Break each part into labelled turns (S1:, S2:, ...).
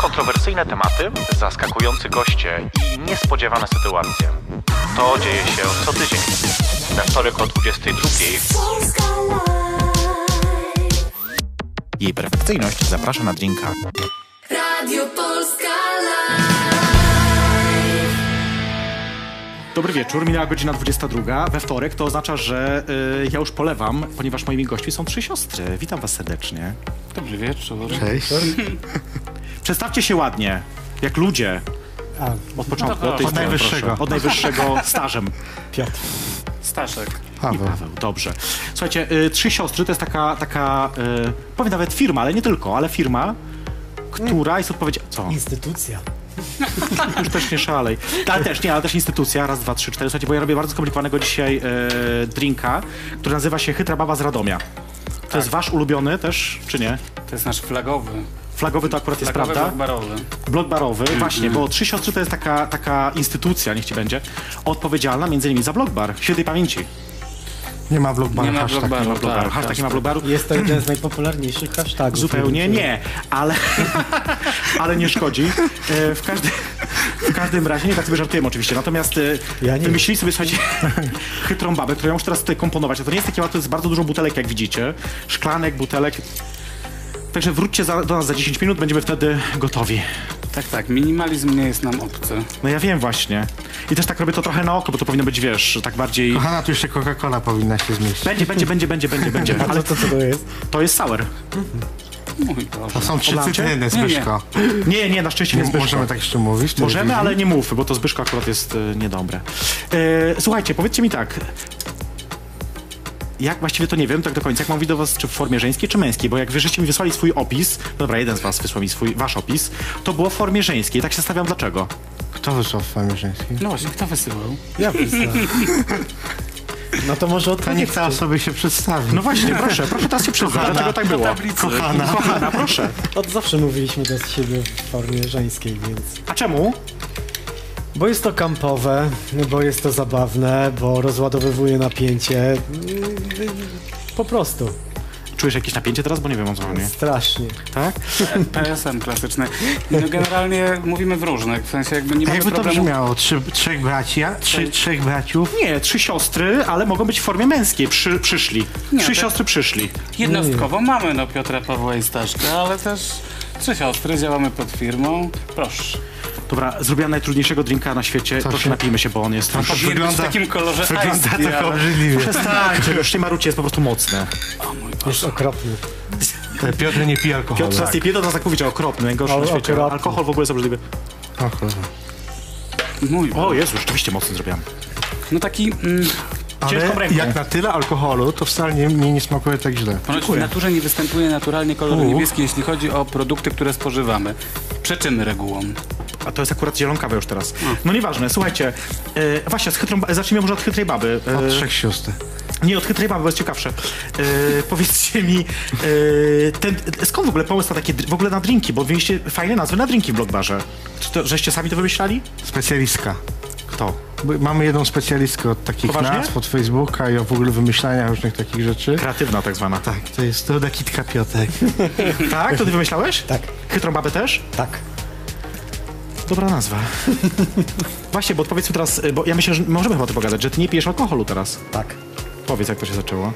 S1: kontrowersyjne tematy, zaskakujący goście i niespodziewane sytuacje. To dzieje się co tydzień. We wtorek o 22.00
S2: Polska Live.
S1: Jej perfekcyjność zaprasza na drinka.
S2: Radio Polska Live.
S3: Dobry wieczór, minęła godzina 22. We wtorek to oznacza, że y, ja już polewam, ponieważ moimi gośćmi są trzy siostry. Witam was serdecznie.
S4: Dobry wieczór.
S5: Cześć.
S3: Przedstawcie się ładnie, jak ludzie. Od początku, od, tej
S4: Od
S3: strony,
S5: najwyższego.
S3: proszę. Od najwyższego stażem.
S4: Staszek.
S3: I
S5: Paweł.
S3: Paweł, dobrze. Słuchajcie, y, Trzy Siostry to jest taka, taka y, powiem nawet firma, ale nie tylko, ale firma, która jest odpowiedzialna... Co?
S6: Instytucja.
S3: Już też nie szalej. Ale też, nie, ale też instytucja, raz, dwa, trzy, cztery. Słuchajcie, bo ja robię bardzo skomplikowanego dzisiaj e, drinka, który nazywa się Chytra Baba z Radomia. To jest wasz ulubiony też, czy nie?
S4: To jest nasz flagowy.
S3: Flagowy to akurat
S4: Flagowy
S3: jest, prawda?
S4: barowy.
S3: Blok Mm. barowy, właśnie, bo Trzy Siostry to jest taka, taka instytucja, niech ci będzie, odpowiedzialna między innymi za blok bar, świętej pamięci.
S5: Nie ma vlogbaru.
S4: Nie ma
S5: hashtag.
S4: vlogbaru.
S3: Blok bar,
S4: tak,
S3: hashtag nie ma blok baru.
S6: Jest to jeden z najpopularniejszych hashtagów.
S3: Zupełnie nie, ale, ale nie szkodzi. E, W, każdy, w każdym razie, nie tak sobie żartujemy oczywiście, natomiast e,
S6: Ja nie.
S3: wymyślili sobie, słuchajcie, chytrą babę, którą ja muszę teraz tutaj komponować. A to nie jest takie łatwe, to jest bardzo dużo butelek, jak widzicie. Szklanek, butelek. Także wróćcie za, do nas za 10 minut, będziemy wtedy gotowi.
S4: Tak, tak. Minimalizm nie jest nam obcy.
S3: No ja wiem właśnie. I też tak robię to trochę na oko, bo to powinno być, wiesz, tak bardziej...
S5: Kochana, tu jeszcze Coca-Cola powinna się zmieścić.
S3: Będzie, będzie, będzie, będzie, będzie, będzie.
S6: Ale
S3: Ale
S6: to co to jest?
S3: to jest sour.
S4: Mój Boże.
S5: To są trzy
S3: Odlacie?
S5: cytryny, Zbyszko.
S3: Nie, nie, na szczęście nie
S5: M-
S3: jest Zbyszko.
S5: Możemy tak jeszcze mówić? w
S3: Możemy,
S5: telewizji?
S3: ale nie mów, bo to Zbyszko akurat jest y, niedobre. E, słuchajcie, powiedzcie mi tak. Jak właściwie to nie wiem tak do końca, jak mam widzieć was czy w formie żeńskiej, czy męskiej, bo jak wy żeście mi wysłali swój opis, no dobra, jeden z was wysłał mi swój, wasz opis, to było w formie żeńskiej, tak się stawiam dlaczego.
S5: Kto wyszedł w Famierzyńskiej?
S4: No właśnie, kto wysyłał?
S6: Ja pisałem. No to może
S5: To nie
S6: odpowiedź.
S5: chce osoby się przedstawić.
S3: No właśnie, proszę, proszę teraz się przyznać, dlaczego tak było.
S4: No
S5: Kochana.
S3: Kochana, proszę.
S6: Od zawsze mówiliśmy do siebie w formie żeńskiej, więc...
S3: A czemu?
S6: Bo jest to kampowe, bo jest to zabawne, bo rozładowywuje napięcie. Mm, Po prostu.
S3: Czujesz jakieś napięcie teraz, bo nie wiem o co chodzi.
S6: Strasznie.
S3: Tak?
S4: PSM klasyczny. No generalnie mówimy w różnych, w sensie jakby nie
S5: A
S4: mamy
S5: jakby to
S4: problemu.
S5: brzmiało? Trzy, trzech braci, a? Trzy, trzech braciów?
S3: Nie, trzy siostry, ale mogą być w formie męskiej, Przy, przyszli.
S4: Nie,
S3: trzy
S4: tak.
S3: siostry przyszli.
S4: Jednostkowo mamy no Piotra, Pawła i Staszka, ale też trzy siostry, działamy pod firmą. Proszę.
S3: Dobra, zrobiłam najtrudniejszego drinka na świecie.
S5: Co
S3: Proszę
S5: się-
S3: napijmy się, bo on jest.
S5: Już
S4: Powinien być
S5: wygląda-
S4: w takim kolorze
S5: Wygląda
S4: iced tea,
S5: tak
S4: ale-
S5: obrzydliwie.
S3: Przestańcie, już nie marucie, jest po prostu mocne.
S6: Jest okropny.
S5: Te Piotr nie pije alkoholu.
S3: Piotr tak. nie pije, to nas tak mówicie, okropny, najgorszy
S6: O,
S3: na świecie.
S6: okropny.
S3: Alkohol w ogóle jest obrzydliwy.
S5: O cholera.
S4: Mój
S3: O,
S4: Boże.
S3: Jezu, rzeczywiście mocny zrobiłam.
S4: No taki... Mm,
S3: Ciężką
S5: Ale
S3: ręką.
S5: jak na tyle alkoholu, to wcale nie, mnie nie smakuje tak źle.
S4: Ponoć w naturze nie występuje naturalnie kolor
S5: U.
S4: niebieski, jeśli chodzi o produkty, które spożywamy. Przeczyny regułą.
S3: A to jest akurat zielonkawe już teraz. No nieważne, słuchajcie. E, właśnie, z chytrą, ba- zacznijmy może od chytrej baby. E,
S5: Od trzech sióstr.
S3: Nie, od chytrej baby, bo jest ciekawsze. E, powiedzcie mi, e, ten, skąd w ogóle pomysł na takie, dr- w ogóle na drinki? Bo mieliście fajne nazwy na drinki w Blockbarze. Czy to, żeście sami to wymyślali?
S5: Specjalistka.
S3: Kto?
S5: Bo Mamy jedną specjalistkę od takich
S3: Poważnie?
S5: nazw, od Facebooka i o w ogóle wymyślania różnych takich rzeczy.
S3: Kreatywna tak zwana.
S5: Tak, to jest Ruda Kitka Piotek.
S3: Tak? To ty wymyślałeś?
S6: Tak.
S3: Chytrą babę też?
S6: Tak.
S3: Dobra nazwa. Właśnie, bo powiedz mi teraz, y, bo ja myślę, że możemy chyba o tym pogadać, że ty nie pijesz alkoholu teraz.
S6: Tak.
S3: Powiedz, jak to się zaczęło.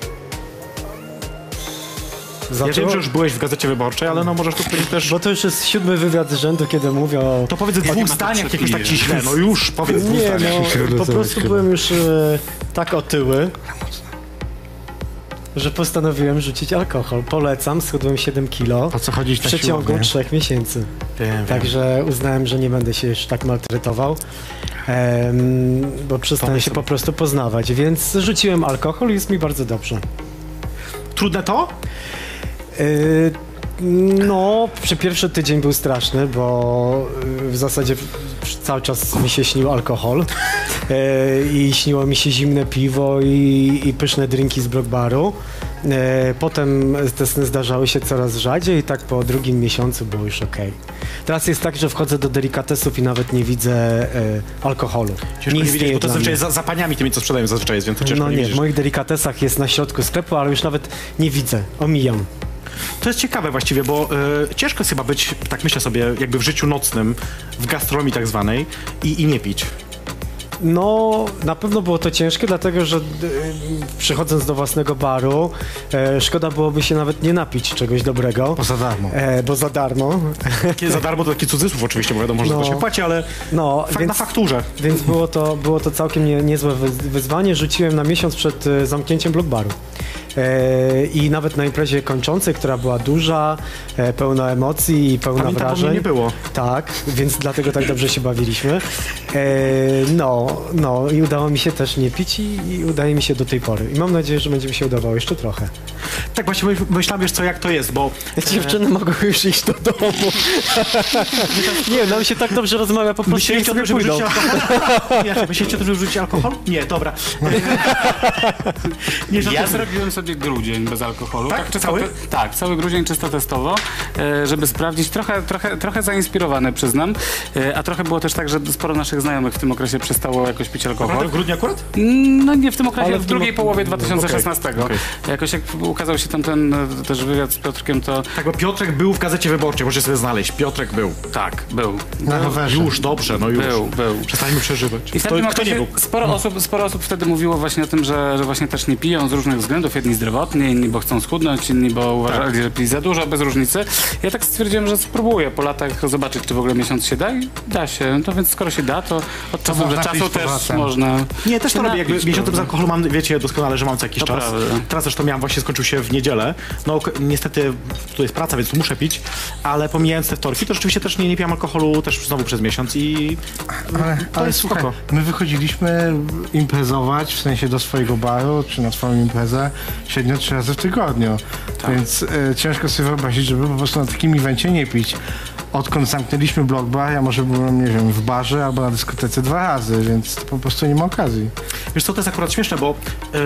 S3: Ja wiem,
S6: Zaczęło...
S3: że już byłeś w Gazecie Wyborczej, ale no możesz tu powiedzieć też...
S6: Bo to już jest siódmy wywiad z rzędu, kiedy mówię o...
S3: To powiedz w dwóch
S4: ma to
S3: zdaniach jakoś tak ci
S4: przepijesz?
S3: źle, no już, powiedz w dwóch
S6: Nie
S3: zdaniach.
S6: no, po prostu byłem już e, tak otyły, że postanowiłem rzucić alkohol. Polecam, schudłem 7 kilo
S5: Po co chodzić
S6: w
S5: na
S6: przeciągu
S5: siłownię?
S6: 3 miesięcy.
S3: Wiem, wiem.
S6: Także uznałem, że nie będę się już tak maltretował, em, bo przestałem się po prostu poznawać. Więc rzuciłem alkohol i jest mi bardzo dobrze.
S3: Trudne to?
S6: Y, No, przy pierwszy tydzień był straszny, bo y, w zasadzie cały czas mi się śnił alkohol y, i śniło mi się zimne piwo i, i pyszne drinki z blockbaru. Y, Potem te sny zdarzały się coraz rzadziej i tak po drugim miesiącu było już ok. Teraz jest tak, że wchodzę do delikatesów i nawet nie widzę y, alkoholu.
S3: Ciężko nie widzieć,
S6: istnieje
S3: bo to
S6: dla
S3: zazwyczaj
S6: mnie.
S3: za, za paniami tymi, co sprzedają zazwyczaj jest, więc to ciężko
S6: No
S3: nie,
S6: nie,
S3: widzieć.
S6: w moich delikatesach jest na środku sklepu, ale już nawet nie widzę, omijam.
S3: To jest ciekawe właściwie, bo e, ciężko jest chyba być, tak myślę sobie, jakby w życiu nocnym, w gastronomii tak zwanej i, i nie pić.
S6: No, na pewno było to ciężkie, dlatego że y, przychodząc do własnego baru, e, szkoda byłoby się nawet nie napić czegoś dobrego,
S5: Poza darmo.
S6: e, bo za darmo.
S3: Kiedy za darmo to taki cudzysłów oczywiście, bo wiadomo, że
S6: No.
S3: to się płaci, ale
S6: No,
S3: fak- na
S6: więc,
S3: fakturze.
S6: więc było, to, było to całkiem nie, niezłe wyz- wyzwanie. Rzuciłem na miesiąc przed e, zamknięciem blok baru. E, I nawet na imprezie kończącej, która była duża, e, pełna emocji i pełna
S3: Pamiętam, bo mnie
S6: wrażeń.
S3: nie było.
S6: Tak, więc dlatego tak dobrze się bawiliśmy. E, no, no i udało mi się też nie pić i, i udaje mi się do tej pory. I mam nadzieję, że będzie mi się udawało jeszcze trochę.
S3: Tak właśnie myśl- myślałem, wiesz co, jak to jest, bo
S6: Dziewczyny mogą już iść do domu. nie, nam się tak dobrze rozmawia, po prostu niech
S3: myśleliście o
S6: sobie
S3: tym, żeby
S6: pójdą.
S3: rzucić alkohol? Nie, myśleliście o tym, żeby rzucić alkohol? Nie, dobra. nie, że
S4: Ja
S3: ja
S4: zrobiłem sobie grudzień bez alkoholu.
S3: Tak?
S4: czysto
S3: Cały?
S4: te- tak, cały grudzień czysto testowo, e, żeby sprawdzić. Trochę, trochę, trochę zainspirowany, przyznam. E, A trochę było też tak, że sporo naszych znajomych w tym okresie przestało jakoś pić alkohol.
S3: w grudniu akurat?
S4: Mm, No nie w tym okresie,
S6: Ale
S4: w
S6: w tym
S4: drugiej
S6: ok-
S4: połowie 2016.
S3: okej,
S4: Jakoś jak ukazał się tam ten e, też wywiad z Piotrkiem, to
S3: Tak, bo Piotrek był w Gazecie Wyborczej, możecie sobie znaleźć. Piotrek był.
S4: tak, był.
S5: Na rowerze.
S3: No, Już, dobrze, no już.
S4: Był, był.
S3: Przestańmy przeżywać.
S4: I w tamtym
S3: Kto, kto nie
S4: okresie
S3: był?
S4: sporo osób, sporo osób wtedy mówiło właśnie o tym, że, że właśnie też nie piją z różnych względów. Jedni zdrowotnie, inni bo chcą schudnąć, inni bo uważali, że pili za dużo, bez różnicy. Ja tak stwierdziłem, że spróbuję po latach zobaczyć, czy w ogóle miesiąc się da i da się. No to więc skoro się da, to od czasu do
S5: można
S4: czasu
S5: pić z
S4: też
S5: powrotem.
S4: można
S3: Nie, też
S4: się
S3: to robię.
S4: napić,
S3: Jakby miesiącem z
S4: prawda?
S3: alkoholu mam, wiecie doskonale, że mam co jakiś
S4: Znaczy, no. To
S3: czas.
S4: prawda.
S3: Teraz zresztą miałem, właśnie skończył się w niedzielę. No k- niestety tu jest praca, więc muszę pić, ale pomijając te wtorki, to rzeczywiście też nie, nie piłem alkoholu też znowu przez miesiąc i
S5: Ale,
S3: To
S5: ale
S3: jest
S5: słuchaj,
S3: spoko.
S5: my wychodziliśmy imprezować, w sensie do swojego baru, czy na swoją imprezę, średnio trzy razy w tygodniu.
S3: Tak.
S5: Więc e, ciężko sobie wyobrazić, żeby po prostu na takim evencie nie pić. Odkąd zamknęliśmy blog bar, ja może byłem, nie wiem, w barze albo na dyskotece dwa razy, więc to po prostu nie ma okazji.
S3: Wiesz co, to jest akurat śmieszne, bo yy,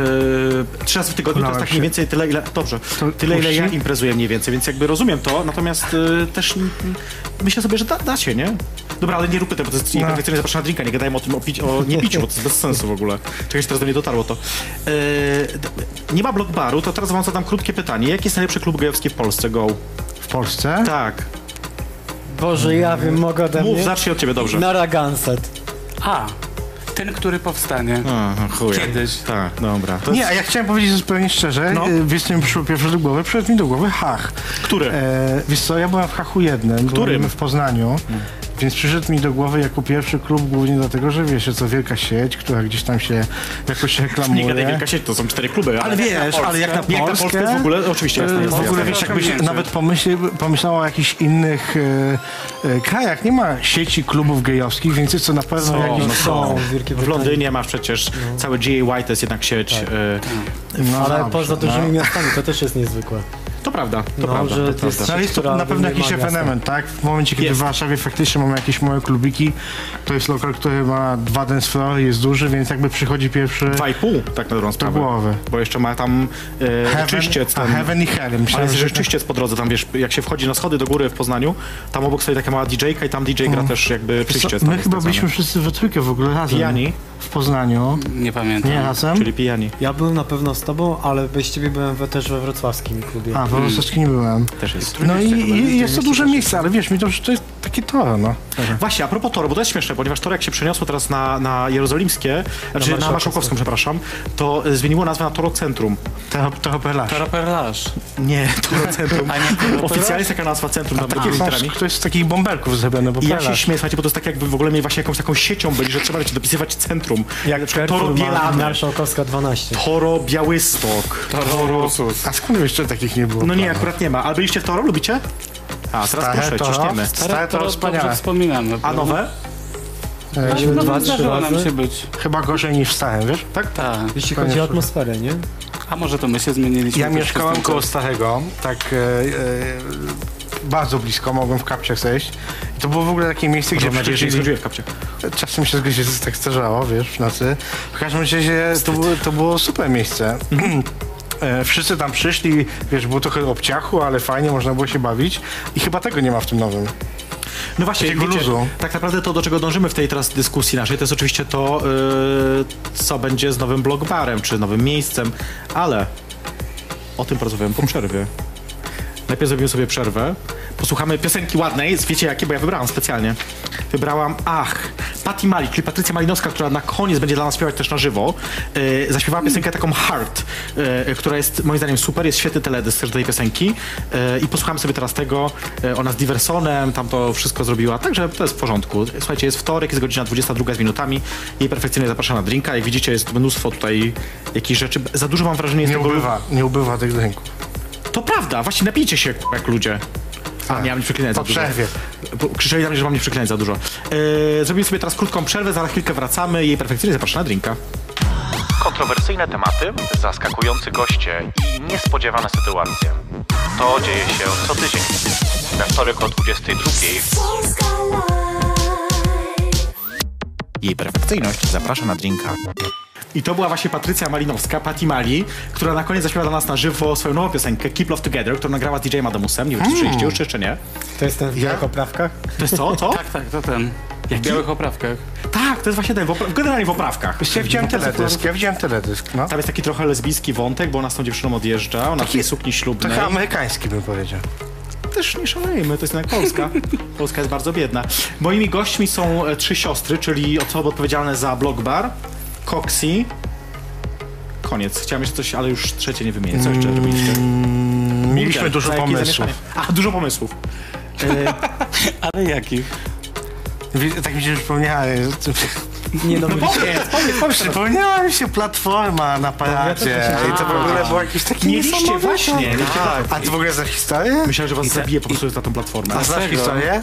S3: trzy razy w tygodniu to jest
S5: Kulałem
S3: tak
S5: się.
S3: mniej więcej tyle, ile. Dobrze,
S5: To
S3: tyle ile ja
S5: puści?
S3: imprezuję mniej więcej, więc jakby rozumiem to, natomiast yy, też mm, myślę sobie, że da, da się, nie? Dobra, ale nie róbmy tego, bo to jest
S5: No.
S3: nieperfekcyjnie zapraszam na drinka, nie gadajmy o tym o, pić, o nie piciu, bo to jest bez sensu w ogóle. Czegoś teraz do mnie dotarło to. Yy, d- nie ma blog baru, to teraz wam zadam krótkie pytanie. Jaki jest najlepszy klub gejowski w Polsce? Go.
S5: W Polsce?
S3: Tak.
S6: Boże, ja wiem, mogę ode
S3: Mów,
S6: mnie.
S3: zacznij od ciebie, dobrze.
S6: Nara Gunset.
S4: A, ten, który powstanie.
S3: Aha, chuj.
S4: Kiedyś.
S3: Tak, dobra. To
S5: Nie, a ja chciałem powiedzieć zupełnie szczerze,
S3: No.
S5: no. wiesz co mi przyszło pierwsze do głowy? Przyszedł mi do głowy Hach.
S3: Który?
S5: E, wiesz co, ja byłem w Hachu jednym,
S3: Którym?
S5: byłem w Poznaniu, więc przyszedł mi do głowy jako pierwszy klub głównie dlatego, że wiesz, co wielka sieć, która gdzieś tam się jakoś
S3: Nie gadaj
S5: reklamuje.
S3: wielka sieć, to są cztery kluby.
S5: Ale wiesz, ale jak na
S3: Nie, jak na
S5: Polskę, Y,
S3: Polskę jest w ogóle, oczywiście, jasne,
S5: E, W
S3: jasne,
S5: ogóle
S3: jasne.
S5: wiesz, jakbyś
S4: Osiągnięcie.
S5: nawet pomyśl, pomyślała o jakichś innych e, e, krajach. Nie ma sieci klubów gejowskich, więc jest to na pewno
S3: Są,
S5: jakieś...
S3: no
S6: Są w Wielkiej
S3: W
S5: tak.
S6: Brytanii.
S3: Londynie masz przecież cały G.A. White jest jednak sieć. y,
S5: No
S6: Ale
S5: dobrze,
S6: poza dużymi
S5: no.
S6: miastami to też jest niezwykle.
S3: To prawda, to
S6: No,
S3: prawda.
S6: że
S3: To
S6: to
S3: prawda.
S6: jest-
S5: No ale jest
S6: która
S5: to na pewno
S6: wymaga
S5: jakiś
S6: stanu.
S5: ewenement, tak? W momencie, kiedy
S3: Jest.
S5: w Warszawie faktycznie mamy jakieś małe klubiki, to jest lokal, który ma dwa dance floor, jest duży, więc jakby przychodzi pierwszy
S3: Dwa i pół tak na dobrą sprawę.
S5: głowy.
S3: Bo jeszcze ma tam e, czyściec.
S5: a
S3: Ten,
S5: Heaven i Hell.
S3: ale
S5: Myślałem,
S3: jest
S5: że
S3: jeszcze czyściec po drodze, tam wiesz, jak się wchodzi na schody do góry w Poznaniu, tam obok stoi taka mała DJ-ka i tam DJ gra też jakby
S5: Mm. Co,
S3: czyściec. tam
S5: My
S3: jest
S5: chyba
S3: tak zwany.
S5: byliśmy wszyscy we trójkę w ogóle razem.
S3: Pijani.
S5: W Poznaniu.
S4: Nie pamiętam.
S5: Nie no. razem?
S3: Czyli pijani.
S6: Ja byłem na pewno z tobą, ale bez ciebie byłem we- też we wrocławskim klubie.
S5: A, w Wrocławsku nie byłem.
S3: Też jest.
S5: No i, i jest to duże miejsce, ale wiesz, mi to, że to jest takie toro, no.
S3: Właśnie, a propos toru, bo to jest śmieszne, ponieważ tor jak się przeniosło teraz na, na Jerozolimskie, znaczy na
S6: Marszałkowską.
S3: Marszałkowską, przepraszam, to y, zmieniło nazwę na Toro Centrum.
S5: Toro, toro pelasz.
S4: Raperlarz.
S3: Nie, Toro Centrum.
S4: A nie Toro.
S3: Oficjalnie jest taka nazwa Centrum, tam
S5: Takie
S3: takimi
S5: są,
S3: literami.
S5: to jest z takich bąbelków zrobione, bo
S3: I ja się
S5: pelasz.
S3: śmieję, słuchajcie, bo to jest tak jakby w ogóle mieli właśnie jakąś taką siecią byli, że trzeba wiecie, dopisywać centrum. Jak na przykład Toro Bielany,
S6: Marszałkowska 12.
S3: Toro Białystok, Toro...
S5: A skąd jeszcze takich nie było?
S3: No nie,
S5: Pelasz?
S3: akurat nie ma. Ale byliście w Toro, lubicie? A, teraz
S5: Stare
S3: proszę,
S5: Toro?
S3: ciśniemy.
S5: Stare to
S4: Toro dobrze
S5: wspaniałe.
S4: wspominam.
S3: A
S4: naprawdę.
S3: nowe?
S5: E,
S6: Byliśmy
S4: No,
S6: dwa, trzy
S4: zdarzyło nam
S6: razy.
S4: się być.
S5: Chyba gorzej niż w starym, wiesz?
S4: Tak? Tak.
S6: Jeśli chodzi o
S5: Koniecznie.
S6: atmosferę, nie?
S4: A może to my się zmieniliśmy?
S5: Ja
S4: też
S5: mieszkałem
S4: przez ten
S5: koło
S4: czas?
S5: Starego, tak e, e, bardzo blisko, mogłem w kapciach zejść. I to było w ogóle takie miejsce, gdzie
S3: Mam nadzieję, że nie
S5: przychodzili...
S3: zgodziłem w kapciach.
S5: Czasem się zgodziłem, że tak zdarzało, wiesz, w nocy. W każdym razie to, było- to było super miejsce. E, Wszyscy tam przyszli, wiesz, było trochę obciachu, ale fajnie, można było się bawić. I chyba tego nie ma w tym nowym.
S3: No właśnie,
S5: Takiego
S3: wiecie,
S5: luzu.
S3: tak naprawdę to, do czego dążymy w tej teraz dyskusji naszej, to jest oczywiście to, yy, co będzie z nowym blogbarem, czy nowym miejscem, ale o tym porozmawiamy po przerwie. Najpierw zrobimy sobie przerwę. Posłuchamy piosenki ładnej, wiecie jakie, bo ja wybrałam specjalnie. Wybrałam, ach, Patty Malik, czyli Patrycja Malinowska, która na koniec będzie dla nas śpiewać też na żywo. E, zaśpiewała piosenkę taką Heart, e, która jest moim zdaniem super, jest świetny teledysk też do tej piosenki. E, I posłuchamy sobie teraz tego. E, ona z Diversonem tam to wszystko zrobiła, także to jest w porządku. Słuchajcie, jest wtorek, jest godzina 22 z minutami. Jej perfekcyjnie zapraszam na drinka. Jak widzicie, jest mnóstwo tutaj jakichś rzeczy. Za dużo mam wrażenie jest
S5: Nie
S3: tego...
S5: ubywa, nie ubywa tych drinków.
S3: To prawda, właśnie napijcie się k***a, jak ludzie. A,
S5: Tak.
S3: miałem nie przeklinać
S5: Po
S3: za dużo.
S5: przerwie.
S3: Bo Krzyczeli na mnie, że mam nie przeklinać za dużo. Yy, zrobimy sobie teraz krótką przerwę, za chwilkę wracamy. Jej perfekcyjnie zapraszam na drinka.
S1: Kontrowersyjne tematy, zaskakujący goście i niespodziewane sytuacje. To dzieje się co tydzień. Na wtorek o 22
S2: Polska Live.
S3: Jej perfekcyjność zaprasza na drinka. I to była właśnie Patrycja Malinowska, Patti Mali, która na koniec zaśpiewa dla nas na żywo swoją nową piosenkę Keep Love Together, którą nagrała z DJ-em Adamusem. Nie wiem, czy słyszeliście już, czy jeszcze nie.
S6: To jest ten w
S5: Ja?
S6: białych oprawkach?
S3: To jest co? Co?
S4: Tak, tak, to ten. Jak w białych oprawkach.
S3: tak, to jest właśnie ten, w opra- generalnie w oprawkach.
S5: Ja widziałem teledysk, ja widziałem teledysk, no.
S3: Tam jest taki trochę lesbijski wątek, bo ona z tą dziewczyną odjeżdża, ona w tej sukni ślubnej.
S5: Trochę amerykański bym powiedział.
S3: też nie szalejmy, to jest jednak Polska. Polska jest bardzo biedna. Moimi gośćmi są e, trzy siostry, czyli osoby odpowiedzialne za Blog Bar, Coxy. Koniec. Chciałem jeszcze coś, ale już trzecie nie wymienię. Co jeszcze robiliście?
S5: Mieliśmy dużo
S3: Za jakie
S5: pomysłów.
S3: zamieszanie? A, dużo pomysłów.
S4: Ale jakich?
S5: Wi- Tak mi się przypomniałem.
S6: Nie no,
S3: Powiedz, powiedz, No, powiedz.
S5: Przypomniała mi się platforma na paradzie. I to w ogóle było jakieś takie
S3: tak Mieliście
S5: niesamowite.
S3: właśnie, mieliście
S5: Tak. A ty w ogóle za historię?
S3: Myślałem, że was zabiję po prostu za tą
S5: A
S3: platformę.
S5: znasz
S4: Dlaczego?
S5: historię?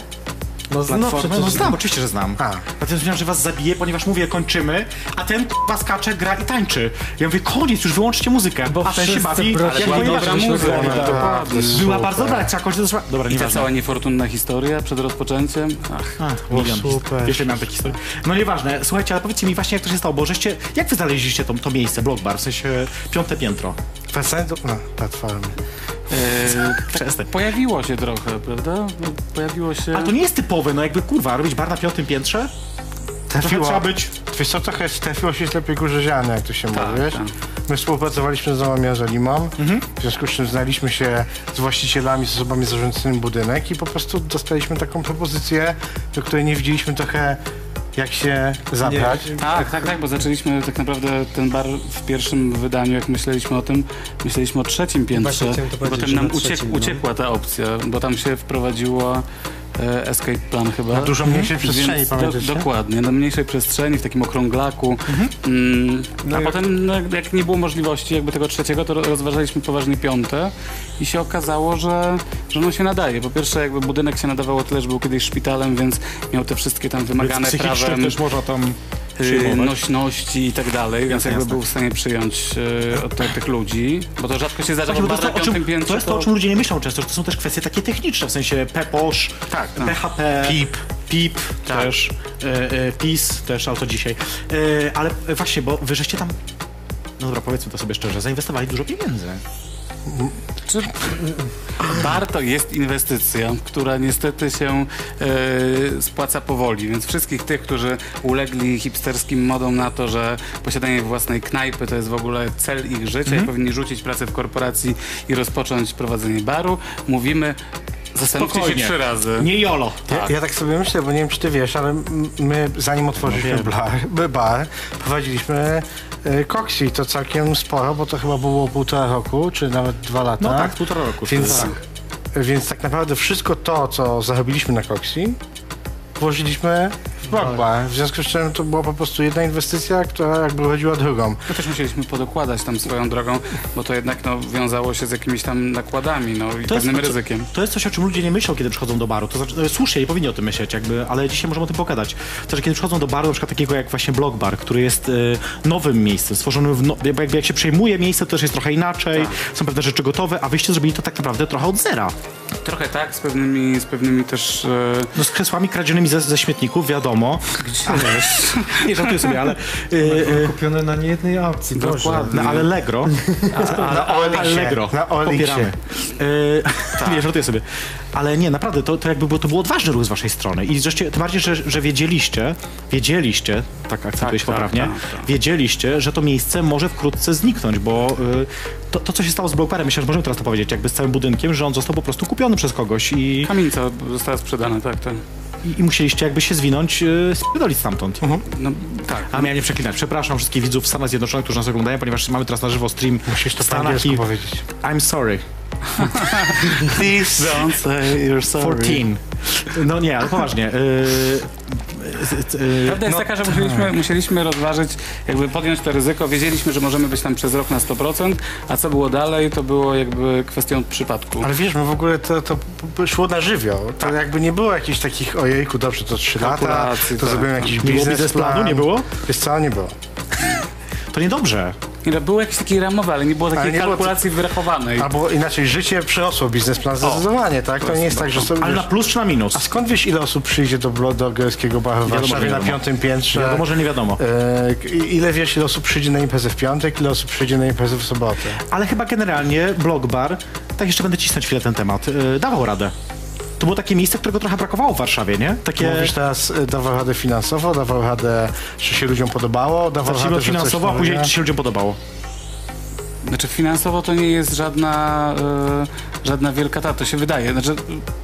S6: no, no
S3: Platformę?
S6: przecież
S3: No znam, oczywiście, że znam.
S5: A.
S3: Natomiast myślałem, że was zabije, ponieważ mówię, kończymy, a ten k***a skacze, gra i tańczy. Ja mówię, koniec, już wyłączcie muzykę.
S6: Bo
S3: a ten się
S6: wszyscy
S3: bawi,
S6: prosili,
S3: jak
S6: była
S3: nie
S6: dobra
S3: bawi.
S6: muzyka.
S5: Ona
S6: Tak.
S5: była-
S3: Była bardzo dobra, trzeba kończyć. to zła- Dobra,
S4: I ta
S3: nieważne.
S4: cała niefortunna historia przed rozpoczęciem. Ach,
S6: No
S3: A, milion
S5: super.
S3: Jeszcze miałem takie historie. No nieważne, słuchajcie, ale powiedzcie mi właśnie, jak to się stało, bo żeście, jak wy znaleźliście to, to miejsce, Block Bar, w sensie piąte piętro?
S5: Wracając do no, platformy.
S4: e,
S3: Przestań.
S4: pojawiło się trochę, prawda? Pojawiło się...
S3: A to nie jest typowe, no jakby, kurwa, robić bar na piątym piętrze? Trochę
S5: Trafiło.
S3: trzeba być...
S5: Wiesz co, trochę trafiło się lepiej górze ziarna, jak to się
S4: Tak,
S5: mówi, wiesz?
S4: tak.
S5: My współpracowaliśmy z Domem Jerolimą, w związku z czym znaliśmy się z właścicielami, z osobami zarządzającymi budynek i po prostu dostaliśmy taką propozycję, do której nie widzieliśmy trochę, jak się zabrać.
S4: Tak, tak, tak, bo zaczęliśmy tak naprawdę ten bar w pierwszym wydaniu, jak myśleliśmy o tym, myśleliśmy o trzecim piętrze,
S6: chciałem to
S4: i
S6: powiedzieć,
S4: potem
S6: że
S4: nam
S6: na
S4: uciek,
S6: trzecim, no.
S4: uciekła ta opcja, bo tam się wprowadziło e, escape plan chyba. Mhm.
S5: Na dużo mniejszej przestrzeni,
S4: Więc do,
S5: pamiętacie?
S4: dokładnie, na mniejszej przestrzeni, w takim okrąglaku. Mm, a potem, no, jak- jak nie było możliwości jakby tego trzeciego, to ro- rozważaliśmy poważnie piąte i się okazało, że, że ono się nadaje. Po pierwsze, jakby budynek się nadawał o tyle, że był kiedyś szpitalem, więc miał te wszystkie tam wymagane
S3: psychicznie
S4: prawem
S3: też można tam
S4: y,
S3: przyjmować.
S4: nośności i tak dalej, więc
S3: Jasne,
S4: jakby
S3: jasne.
S4: był w stanie przyjąć y, od te- tych ludzi, bo to rzadko się zdarza,
S3: Właśnie,
S4: bo
S3: bo to,
S4: bar
S3: jest to,
S4: na
S3: o czym,
S4: piątym
S3: to
S4: piętrze
S3: jest to, o czym ludzie nie myślą często, że to są też kwestie takie techniczne, w sensie PEPOSZ,
S4: Tak, tak.
S3: PHP,
S5: PIP.
S3: PIP też, e, e, PIS też, auto dzisiaj. E, ale właśnie, bo wy żeście tam, no dobra, powiedzmy to sobie szczerze, zainwestowali dużo pieniędzy.
S4: Czy... Bar to jest inwestycja, która niestety się e, spłaca powoli, więc wszystkich tych, którzy ulegli hipsterskim modom na to, że posiadanie własnej knajpy to jest w ogóle cel ich życia
S3: Mhm.
S4: i powinni rzucić pracę w korporacji i rozpocząć prowadzenie baru, mówimy zastanówcie
S3: Spokojnie.
S4: się trzy razy.
S3: Nie jolo.
S5: Ja, ja tak sobie myślę, bo nie wiem, czy ty wiesz, ale m- my zanim otworzyliśmy bar,
S3: wiem.
S5: bar, prowadziliśmy y, Coxy. To całkiem sporo, bo to chyba było półtora roku, czy nawet dwa lata.
S3: No tak, półtora roku.
S5: Więc
S3: tak.
S5: tak. więc tak naprawdę wszystko to, co zarobiliśmy na Coxy, włożyliśmy w Blockbar. W związku z czym to była po prostu jedna inwestycja, która jakby rodziła drugą.
S4: My też musieliśmy podokładać tam swoją drogą, bo to jednak no, wiązało się z jakimiś tam nakładami no, i pewnym
S5: znaczy-
S3: to,
S4: ryzykiem.
S3: To jest coś, o czym ludzie nie myślą, kiedy przychodzą do baru. To znaczy, no, słusznie, nie powinni o tym myśleć, jakby, ale dzisiaj możemy o tym pogadać. To, że kiedy przychodzą do baru, na przykład takiego jak właśnie Block Bar, który jest y, nowym miejscem, stworzonym w no, jakby jak się przejmuje miejsce, to też jest trochę inaczej,
S4: Tak.
S3: są pewne rzeczy gotowe, a wyście zrobili to tak naprawdę trochę od zera.
S4: Trochę tak, z pewnymi, z pewnymi też... E,
S3: No z krzesłami kradzionymi ze, ze śmietników, wiadomo. Gdzie Nie żartuję sobie, ale... Y, y,
S6: kupione na niejednej aukcji, Boże.
S4: dokładnie.
S3: no, ale Allegro.
S5: Na Olixie.
S3: Allegro.
S5: Na Olixie.
S3: Popieramy. Yy, E, nie, żartuję sobie. Ale nie, naprawdę, to, to jakby było, to był odważny ruch z waszej strony. I zresztą, tym bardziej, że, że wiedzieliście, wiedzieliście, tak akcentuję się
S4: tak,
S3: poprawnie,
S4: tak, tak.
S3: wiedzieliście, że to miejsce może wkrótce zniknąć, bo y, to, to, co się stało z Blockwarem, myślę, że możemy teraz to powiedzieć, jakby z całym budynkiem, że on został po prostu kupiony przez kogoś i,
S4: Kamienica została sprzedana, tak, tak.
S3: i, i musieliście jakby się zwinąć, y, spierdolić stamtąd.
S4: No, tak.
S3: A miałem nie przeklinać. Przepraszam wszystkich widzów w Stanach Zjednoczonych, którzy nas oglądają, ponieważ mamy teraz na żywo stream
S5: Musisz to
S3: w
S5: po
S3: Stanach i...
S5: angielsku powiedzieć.
S3: I'm sorry. Please
S4: Don't say you're sorry.
S3: 14. No nie, ale poważnie. y, Yy,
S4: Prawda
S5: No.
S4: jest taka, że musieliśmy, musieliśmy rozważyć, jakby podjąć to ryzyko. Wiedzieliśmy, że możemy być tam przez rok na 100%, a co było dalej, to było jakby kwestią przypadku.
S5: Ale wiesz, my w ogóle to, to szło na żywioł.
S3: Tak.
S5: To jakby nie było jakichś takich, ojejku, dobrze, to 3 lata,
S4: Kalkulacji,
S5: to
S4: tak.
S5: zrobiłem jakiś
S3: było
S5: biznes
S3: biznesplanu,
S5: plan.
S3: nie było?
S5: Wiesz co, nie było.
S3: to niedobrze.
S4: Nie, no, Było jakieś takie ramowe, ale nie było
S5: Ale
S4: takiej
S5: nie było-
S4: kalkulacji wyrachowanej.
S5: Albo inaczej, życie przerosło biznesplan zdecydowanie, tak? To nie jest tak, że sobie...
S3: no, Ale na plus czy na minus?
S5: A skąd wiesz, ile osób przyjdzie do, blo- do gejskiego baru w
S3: Wiadomo,
S5: Warszawie
S3: że
S5: na
S3: wiadomo.
S5: piątym piętrze?
S3: Wiadomo, że No nie wiadomo.
S5: E, i- ile wiesz, ile osób przyjdzie na imprezę w piątek, ile osób przyjdzie na imprezę w sobotę?
S3: Ale chyba generalnie Blogbar, tak jeszcze będę cisnąć chwilę ten temat, yy, dawał radę. To było takie miejsce, którego trochę brakowało w Warszawie, nie? Takie...
S5: Mówisz teraz, e, dawał radę finansowo, dawał radę, czy się ludziom podobało, dawał radę,
S3: Zacznijmy od
S5: że coś
S3: finansowo, a później
S5: nowego.
S3: czy się ludziom podobało.
S4: Znaczy finansowo to nie jest żadna, e, żadna wielka ta, to się wydaje. Znaczy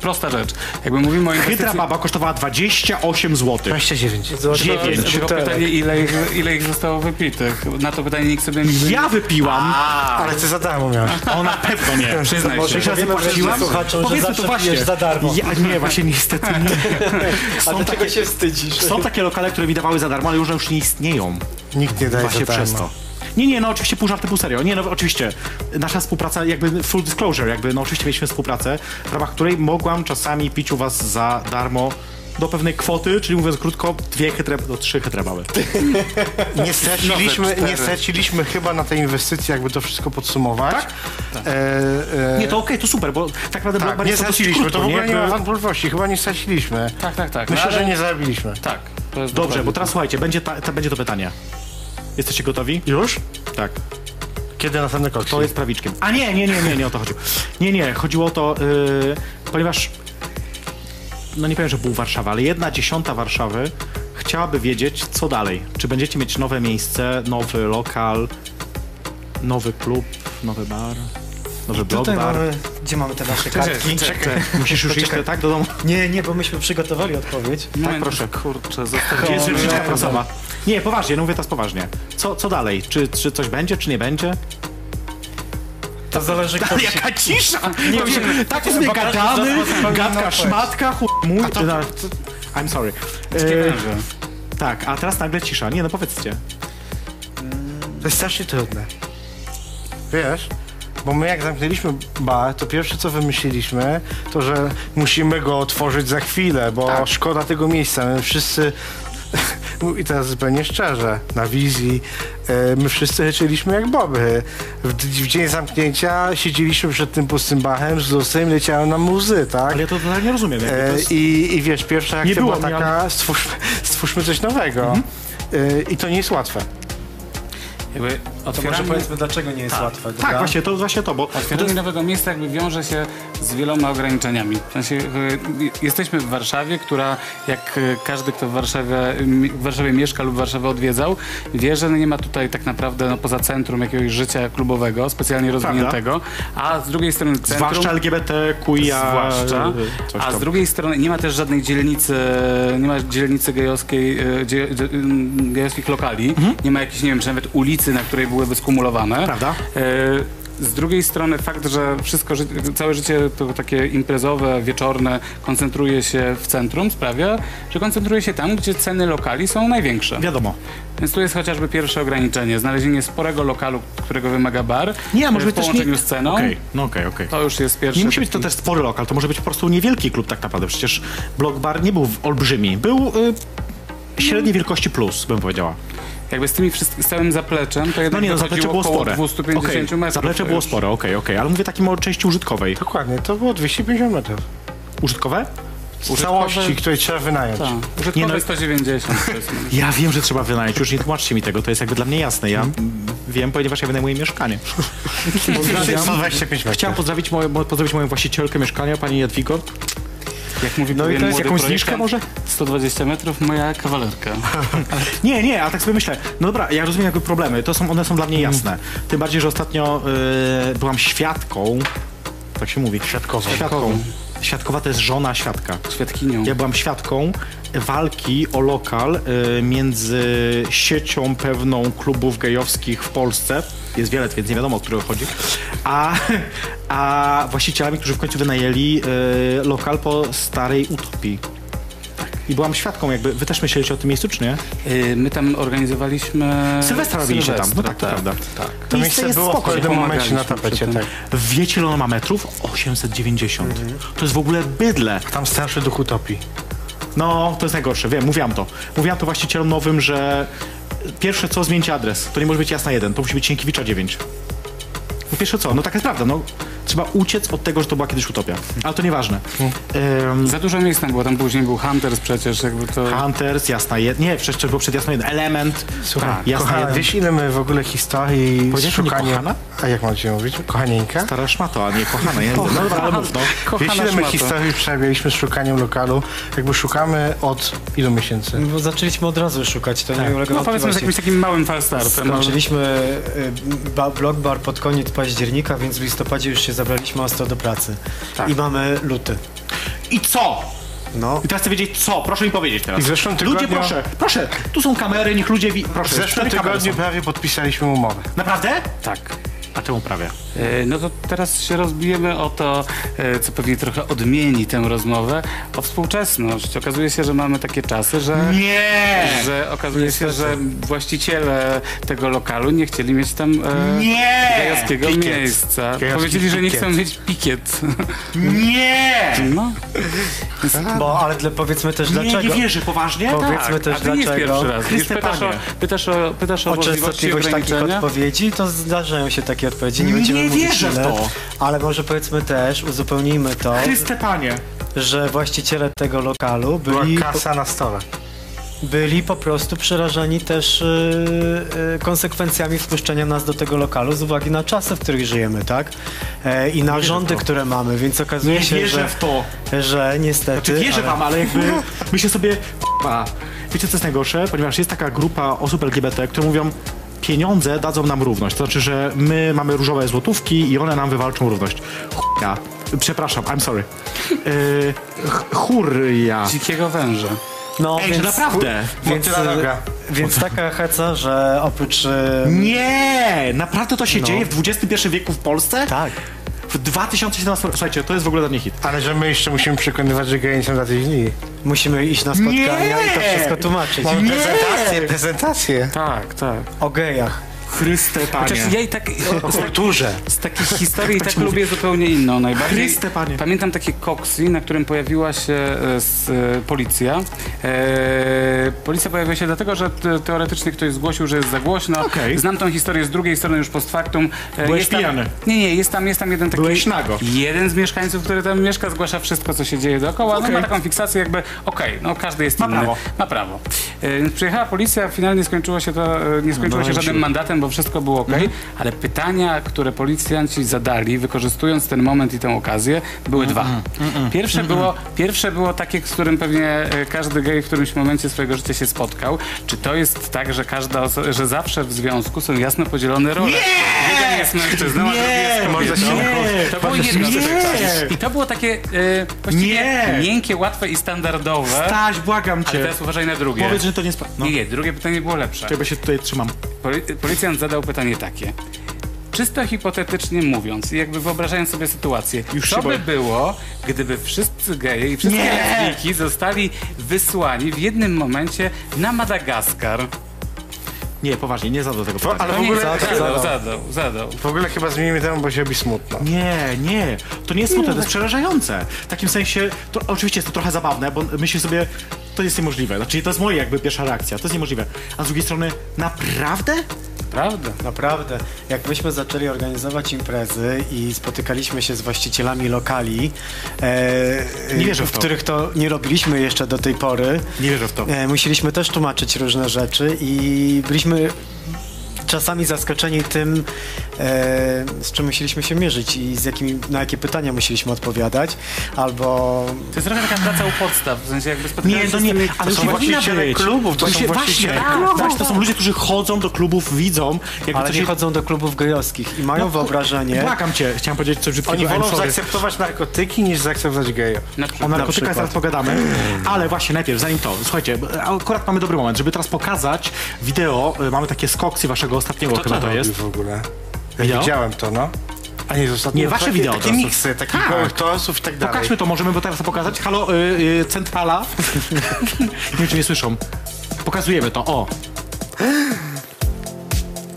S4: prosta rzecz. Jakby mówimy o
S3: Chytra
S4: inwestycji...
S3: baba kosztowała 28 zł.
S5: 29.
S4: To
S3: dziewięć.
S4: Było pytanie, ile ich, ile ich zostało wypitych. Na to pytanie nikt sobie nigdy
S3: Ja wypiłam,
S5: Ale ty za darmo miałeś.
S3: a ona pewno nie.
S4: nie przyznaj się.
S3: Sześć razy
S6: Powiemy wreszcie
S3: płaciłam?
S6: słuchaczom, że
S3: Powiedzmy to
S6: zawsze
S3: właśnie.
S6: pijesz za darmo.
S3: Ja, nie, właśnie niestety nie.
S6: A
S3: Są
S6: dlaczego
S3: takie,
S6: się wstydzisz?
S3: są takie lokale, które mi dawały za darmo, ale już, już nie istnieją.
S5: Nikt nie daje
S3: Właśnie
S5: za darmo.
S3: przez to. Nie, nie, no oczywiście pół żarty, pół serio. Nie, no oczywiście. Nasza współpraca, jakby full disclosure, jakby no oczywiście mieliśmy współpracę, w ramach której mogłam czasami pić u was za darmo do pewnej kwoty, czyli mówiąc krótko, dwie chytre, no trzy chytrebały.
S5: Nie straciliśmy,
S4: cztery.
S5: nie straciliśmy chyba na tej inwestycji, jakby to wszystko podsumować. E, e,
S3: Tak. Nie, to okej, to super, bo tak naprawdę
S5: tak,
S3: Blackberry
S5: nie
S3: są dosyć
S5: straciliśmy,
S3: krótko,
S5: to w ogóle nie ma
S3: Jakby-
S5: wątpliwości, chyba nie straciliśmy.
S4: Tak, tak, tak.
S5: Myślę,
S4: No, ale-
S5: że nie zarobiliśmy.
S4: Tak. To jest
S3: Dobrze, bo
S4: dokładnie.
S3: teraz słuchajcie, będzie, ta, ta, będzie to pytanie. Jesteście gotowi?
S5: Już?
S3: Tak.
S5: Kiedy następny koktajl?
S3: To jest prawiczkiem. A nie, nie, nie, nie, nie o to chodziło. Nie, nie, chodziło o to, yy, ponieważ, no nie powiem, że pół Warszawy, ale jedna dziesiąta Warszawy chciałaby wiedzieć, co dalej. Czy będziecie mieć nowe miejsce, nowy lokal, nowy klub, nowy bar, nowy blog
S6: Tutaj
S3: bar?
S6: mamy, gdzie mamy te nasze kartki?
S3: Czekaj, musisz już iść tak do domu.
S6: Nie, nie, bo myśmy przygotowali odpowiedź.
S4: Moment,
S3: proszę.
S4: Kurczę, zostawiam.
S3: Gdzie jest rzeczniczka prasowa? Nie, poważnie, no mówię teraz poważnie. Co, co dalej? Czy, czy coś będzie, czy nie będzie?
S6: To zależy kto się...
S3: Jaka cisza!
S6: Nie
S3: Dobrze,
S6: wiem.
S3: tak sobie
S6: Bo każdy
S3: gadamy,
S6: zaraz powinien
S3: gadka
S6: odpowiedź.
S3: szmatka, chuj mój...
S5: to-
S3: na- I'm sorry. E, tak, a teraz nagle cisza. Nie no, powiedzcie.
S5: To jest strasznie trudne. Wiesz? Bo my jak zamknęliśmy bar, to pierwsze co wymyśliliśmy, to że musimy go otworzyć za chwilę, bo szkoda tego miejsca. My wszyscy, i teraz zupełnie szczerze, na wizji, e, my wszyscy leczyliśmy jak boby. W, d- w dzień zamknięcia siedzieliśmy przed tym pustym barem z lusem, leciały nam łzy, tak?
S3: Ale ja to totalnie rozumiem. jakby
S5: E,
S3: to jest...
S5: I, I wiesz, pierwsza akcja
S3: było, Mhm.
S5: była taka, stwórzmy, stwórzmy coś nowego. E, I to nie jest łatwe.
S4: Jakby
S6: To może
S4: otwieranie,
S6: powiedzmy dlaczego nie jest łatwe,
S3: Tak,
S6: dobra?
S3: właśnie to, właśnie to, bo...
S4: otwieranie nowego miejsca jakby wiąże się z wieloma ograniczeniami. W sensie y, jesteśmy w Warszawie, która jak y, każdy, kto w Warszawie, mi- w Warszawie mieszka lub Warszawę odwiedzał, wie, że nie ma tutaj tak naprawdę no, poza centrum jakiegoś życia klubowego, specjalnie rozwiniętego, a z drugiej strony centrum...
S3: Zwłaszcza LGBTQIA...
S4: zwłaszcza.
S3: e, Coś
S4: A
S3: tam.
S4: z drugiej strony nie ma też żadnej dzielnicy, nie ma dzielnicy gejowskiej, e, dzie, dzie, m, gejowskich lokali. Nie ma jakiejś, nie wiem, czy nawet ulicy, na której byłyby skumulowane.
S3: Mhm. Prawda.
S4: E, Z drugiej strony fakt, że wszystko, ży- całe życie to takie imprezowe, wieczorne koncentruje się w centrum sprawia, że koncentruje się tam, gdzie ceny lokali są największe.
S3: Wiadomo.
S4: Więc tu jest chociażby pierwsze ograniczenie, znalezienie sporego lokalu, którego wymaga bar
S3: Nie, a może
S4: e, w
S3: być też nie-
S4: połączeniu z ceną.
S3: Okej, no okej, okej.
S4: To już jest pierwsze.
S3: Nie musi być
S4: taki-
S3: to też spory lokal, to może być po prostu niewielki klub tak naprawdę. Przecież Block Bar nie był w olbrzymi, był y, średniej wielkości plus, bym powiedziała.
S4: Jakby z tymi wszystkimi, z całym zapleczem, to
S3: No
S4: jednak
S3: nie, no
S4: dochodziło
S3: zaplecze było
S4: około
S3: spore.
S4: 250
S3: Okej,
S4: metrów.
S3: Zaplecze
S4: sporo.
S3: było
S5: Tak.
S3: spore, okej, okej, ale mówię takim o części użytkowej.
S5: Dokładnie, to było 250 metrów.
S3: Użytkowe?
S5: w całości, której trzeba wynająć.
S4: Tak, użytkowe
S3: no-
S4: jest 190 powiedzmy.
S3: Ja wiem, że trzeba wynająć, już nie tłumaczcie mi tego, to jest jakby dla mnie jasne. Ja wiem, ponieważ ja wynajmuję mieszkanie.
S5: Pozdrawiam. 125 metrów.
S3: Chciałem pozdrowić, moje, mo- pozdrowić moją właścicielkę mieszkania, pani Jadwigo.
S4: Jak mówi
S5: No i
S4: pewien
S5: to
S4: młody
S5: jest
S3: jakąś
S4: projektant,
S3: zniżkę może?
S4: 120 metrów, moja kawalerka.
S3: Nie, nie, a tak sobie myślę. No dobra, ja rozumiem jakby problemy, to są, one są dla mnie jasne. Tym bardziej, że ostatnio y, byłam świadką, tak się mówi. Świadkową. Świadką. Świadkowa to jest żona świadka.
S4: Świadkinią.
S3: Ja byłam świadką walki o lokal y, między siecią pewną klubów gejowskich w Polsce. Jest wiele, więc nie wiadomo, o którego chodzi. A, a właścicielami, którzy w końcu wynajęli y, lokal po starej utopii. I byłam świadką, jakby. Wy też myśleliście o tym miejscu, czy nie?
S4: Y, My tam organizowaliśmy...
S3: Sylwestra robiliście tam. No
S4: E, Sylwestra,
S3: tak, to prawda. Tak.
S5: To miejsce było w
S4: spoko.
S5: pewnym momencie na
S4: Pomagaliśmy przy
S5: tapecie,
S4: tym.
S5: tak.
S3: Wiecie, ile ono ma metrów? 890. To jest w ogóle bydle.
S5: Tam starszy duch utopii.
S3: No, to jest najgorsze, wiem, mówiłam to. Mówiłam to właścicielom nowym, że pierwsze co, zmienić adres. To nie może być jasna jeden, to musi być Sienkiewicza 9. No pierwsze co, no taka jest prawda, no trzeba uciec od tego, że to była kiedyś utopia. Ale to nieważne.
S5: No.
S3: Um,
S4: Za dużo miejsc tam było, tam później był Hunters przecież, jakby to...
S3: Hunters, jasna jedna, nie, przecież to było przed jasna jedna, Element,
S5: Słuchaj,
S3: tak, jasna
S5: kochana,
S3: jedna.
S5: wiesz ile my w ogóle historii
S3: Powiedziałeś, że nie
S5: szukania...
S3: kochana?
S5: A jak mam ci mówić? Kochanieńka?
S3: Stara szmato, a nie kochana, ja nie wiem. No dobra, ale mów, no.
S4: Kochana
S5: Wiesz ile my
S4: szmato.
S5: historii przebiegaliśmy z szukaniem lokalu? Jakby szukamy od ilu miesięcy?
S6: No Bo zaczęliśmy od razu szukać, to nie ulega
S4: No powiedzmy z
S6: wątpliwości.
S4: jakimś takim małym falstartem. ale-
S6: Skończyliśmy y, ba, blog bar pod koniec października, więc w listopadzie już się zabraliśmy ostro do pracy. I mamy luty.
S3: I co?
S6: No.
S3: I teraz chcę wiedzieć co, proszę mi powiedzieć teraz.
S5: I w zeszłym
S3: Ludzie,
S5: tygodniu-
S3: proszę, proszę, tu są kamery, niech ludzie... Wi...
S5: W
S3: Proszę,
S5: zeszłym
S3: cztery kamery
S5: tygodniu prawie podpisaliśmy umowę.
S3: są. Naprawdę?
S4: Tak.
S3: A czemu prawie?
S4: E, No to teraz się rozbijemy o to, e, co pewnie trochę odmieni tę rozmowę, o współczesność. Okazuje się, że mamy takie czasy, że...
S3: Nie!
S4: Że okazuje się, że właściciele tego lokalu nie chcieli mieć tam e,
S3: Nie!
S4: gejowskiego
S3: Pikiet.
S4: miejsca.
S5: Gejowski
S4: Powiedzieli, że nie
S5: pikiet.
S4: chcą mieć pikiet.
S3: Nie!
S4: No,
S6: Bo, ale dla, powiedzmy też
S3: Nie, nie
S6: dlaczego.
S3: wierzę, poważnie?
S6: Powiedzmy
S4: tak,
S6: też
S4: a to nie jest
S6: dlaczego.
S4: pierwszy raz. Już
S3: Chryste
S4: pytasz o,
S3: Panie.
S4: pytasz o, pytasz o,
S6: O
S4: możliwości
S6: częstotliwość takich
S4: ograniczenia.
S6: odpowiedzi, to zdarzają się takie odpowiedzi. Nie
S3: Nie
S6: będziemy mówić
S3: wierzę w
S6: ile,
S3: to.
S6: Ale może powiedzmy też, uzupełnijmy to,
S3: Chryste panie.
S6: że właściciele tego lokalu
S5: Była
S6: byli,
S5: kasa na stole.
S6: byli po prostu przerażeni też yy, yy, konsekwencjami wpuszczenia nas do tego lokalu z uwagi na czasy, w których żyjemy, tak? E, I narządy, które mamy, więc okazuje
S3: Nie
S6: się,
S3: wierzę
S6: że,
S3: w to.
S6: że niestety...
S3: Znaczy wierzę
S6: ale-
S3: wam, ale jakby myślę sobie, k***a. Wiecie co jest najgorsze? Ponieważ jest taka grupa osób LGBT, które mówią, pieniądze dadzą nam równość. To znaczy, że my mamy różowe złotówki i one nam wywalczą równość. Chuja. Przepraszam, I'm sorry. Yy, ch- churja.
S4: Dzikiego węża.
S6: No,
S3: Ej, że naprawdę.
S6: Więc, y,
S5: Motyla noga.
S6: więc taka heca, że oprócz... yy,
S3: Nie! Naprawdę to się dzieje w XXI wieku w Polsce?
S6: No. Tak.
S3: W 2017 Słuchajcie, to jest w ogóle dla mnie hit.
S5: Ale że my jeszcze musimy przekonywać, że granicą dla tej dni.
S6: Musimy iść na spotkania
S3: Nie!
S6: i to wszystko tłumaczyć.
S3: Nie!
S5: Prezentacje, prezentacje.
S4: Tak, tak.
S6: O gejach.
S3: Chryste panie.
S4: Chociaż ja i tak o, z,
S5: Kulturze.
S4: z takich historii i tak lubię zupełnie inną najbardziej.
S3: Chryste, panie.
S4: Pamiętam takie koksy, na którym pojawiła się e, s, e, policja. E, policja pojawiła się dlatego, że te, teoretycznie ktoś zgłosił, że jest za głośno.
S3: Okej.
S4: Znam tą historię z drugiej strony już post factum. E,
S3: Byłeś
S4: jest tam,
S3: pijany.
S4: Nie, nie, jest tam, jest tam jeden taki...
S3: Byłeś nago.
S4: Jeden z mieszkańców, który tam mieszka, zgłasza wszystko, co się dzieje dookoła.
S3: Okej.
S4: No ma taką fiksację jakby, okej, no każdy jest
S3: Ma
S4: inny.
S3: prawo.
S4: Ma prawo. E, więc przyjechała policja, finalnie skończyło się to, e, nie skończyło się
S3: dałem
S4: żadnym
S3: się.
S4: mandatem, bo wszystko było ok,
S3: Mhm.
S4: ale pytania, które policjanci zadali, wykorzystując ten moment i tę okazję, były dwa.
S3: Mhm.
S4: Pierwsze, było, pierwsze było takie, z którym pewnie e, każdy gej w którymś momencie swojego życia się spotkał. Czy to jest tak, że każda oso- że zawsze w związku są jasno podzielone role? Nie! Jeden jest mężczyzną, a drugi jest kobietą.
S5: Można się
S3: nie,
S4: To było
S3: nie,
S4: jedno.
S3: nie.
S4: I to było takie e, właściwie
S3: Nie.
S4: miękkie, łatwe i standardowe.
S3: Staś, błagam
S4: ale
S3: cię.
S4: teraz uważaj na drugie.
S3: Powiedz, że to nie jest... pra- No.
S4: Nie, nie, drugie pytanie było lepsze.
S3: Czego się tutaj trzymam?
S4: Poli- Policjant zadał pytanie takie. Czysto hipotetycznie mówiąc, i jakby wyobrażając sobie sytuację,
S3: Już
S4: co
S3: się
S4: by
S3: boję.
S4: było, gdyby wszyscy geje i wszystkie lesbijki zostali wysłani w jednym momencie na Madagaskar?
S3: Nie, poważnie, nie zadam tego pytania.
S5: ale w
S4: No nie,
S5: ogóle,
S4: zadał, zadał, zadał, zadał.
S5: w ogóle chyba zmienimy temat, bo się robi
S3: No
S5: smutno.
S3: Nie, nie, to nie jest smutne, to jest przerażające. W takim sensie, to, oczywiście jest to trochę zabawne, bo myślę sobie, to jest niemożliwe. Znaczy, to jest moja jakby pierwsza reakcja, to jest niemożliwe. A z drugiej strony, naprawdę?
S4: Prawda.
S6: Naprawdę. Jak myśmy zaczęli organizować imprezy i spotykaliśmy się z właścicielami lokali, e,
S3: Nie wierzę w
S6: w
S3: to.
S6: których to nie robiliśmy jeszcze do tej pory,
S3: Nie wierzę w to.
S6: E, Musieliśmy też tłumaczyć różne rzeczy i byliśmy czasami zaskoczeni tym, e, z czym musieliśmy się mierzyć i z jakimi, na jakie pytania musieliśmy odpowiadać, albo
S4: To jest trochę taka praca u podstaw, w sensie jakby spotykamy
S3: Nie,
S4: się
S3: to
S4: z
S3: nie,
S4: tymi-
S3: ale to są właściciele klubów, to są właśnie, właśnie, to są ludzie, którzy chodzą do klubów, widzą, jak
S6: ale
S3: coś
S6: nie
S3: się...
S6: chodzą do klubów gejowskich i mają
S3: No,
S6: wyobrażenie.
S3: Błagam cię, chciałem powiedzieć coś brzydkiego.
S5: Oni
S3: I'm
S5: wolą
S3: tak, sorry.
S5: zaakceptować narkotyki niż zaakceptować gejów.
S4: Na
S3: O
S4: przykład.
S3: narkotykach
S6: przykład.
S3: zaraz pogadamy, ale właśnie najpierw, zanim to, słuchajcie, b- akurat mamy dobry moment, żeby teraz pokazać wideo, y, mamy takie skoksy waszego ostatniego,
S4: Kto to
S3: chyba to
S4: robił?
S5: I
S3: jest.
S5: w ogóle. Ja
S3: Wideo?
S5: widziałem to, no. A nie, zostało.
S3: Nie, wasze
S5: takie,
S3: wideo
S5: Takie
S3: teraz.
S5: miksy, takich
S3: Tak.
S5: gołych torosów i tak dalej.
S3: Pokażmy to, możemy bo teraz to pokazać. Halo, y, y, centrala. nie wiem, czy mnie słyszą. Pokazujemy to, o.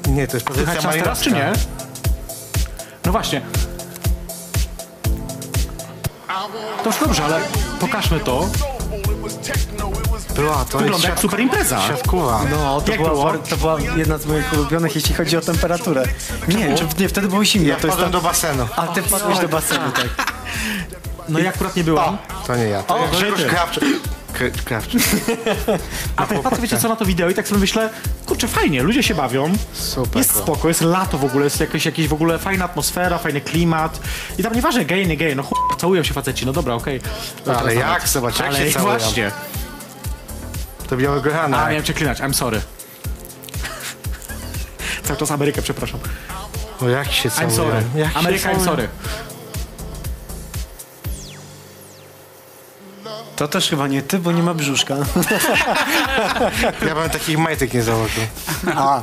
S5: Nie, to jest pozycja
S3: Słychać nas teraz, czy
S5: malinowska.
S3: nie? No właśnie. To już dobrze, ale pokażmy to.
S5: Była to
S3: Wygląda jak
S5: siat-
S3: super impreza.
S5: Siatkuwa.
S6: No, to
S3: Jak
S6: była,
S3: było?
S6: war- to była jedna z moich ulubionych, jeśli chodzi o temperaturę. Nie, czy, nie wtedy było zimno.
S5: Ja
S6: to jest
S5: wpadłem
S6: tam,
S5: do basenu.
S6: a ty wpadłeś do basenu, tak.
S3: No ja akurat nie byłam.
S5: To nie ja. To
S3: O,
S5: o, Grzegorz
S3: ty.
S5: Krawczyk. Kr- Krawczyk.
S3: A tak patrzę, wiecie co, na to wideo i tak sobie myślę, kurczę, fajnie, ludzie się bawią.
S5: Super
S3: Jest
S5: było.
S3: spoko, jest lato w ogóle, jest jakaś, jakaś w ogóle fajna atmosfera, fajny klimat. I tam nieważne, gej, nie gej, no chuj, całują się faceci, no dobra, okej.
S5: No, ale
S3: Dobra,
S5: jak? Zobacz, jak
S3: Ale
S5: się całują. Tak.
S3: właśnie.
S5: To biały
S3: A,
S5: grana.
S3: miałem cię klinać, I'm sorry. Cały czas Amerykę, przepraszam.
S5: O, jak się całują.
S3: I'm sorry.
S5: Jak się
S3: Ameryka, I'm
S5: całują.
S3: sorry.
S6: To też chyba nie ty, bo nie ma brzuszka.
S5: Ja bym takich majtek nie założył.
S6: A,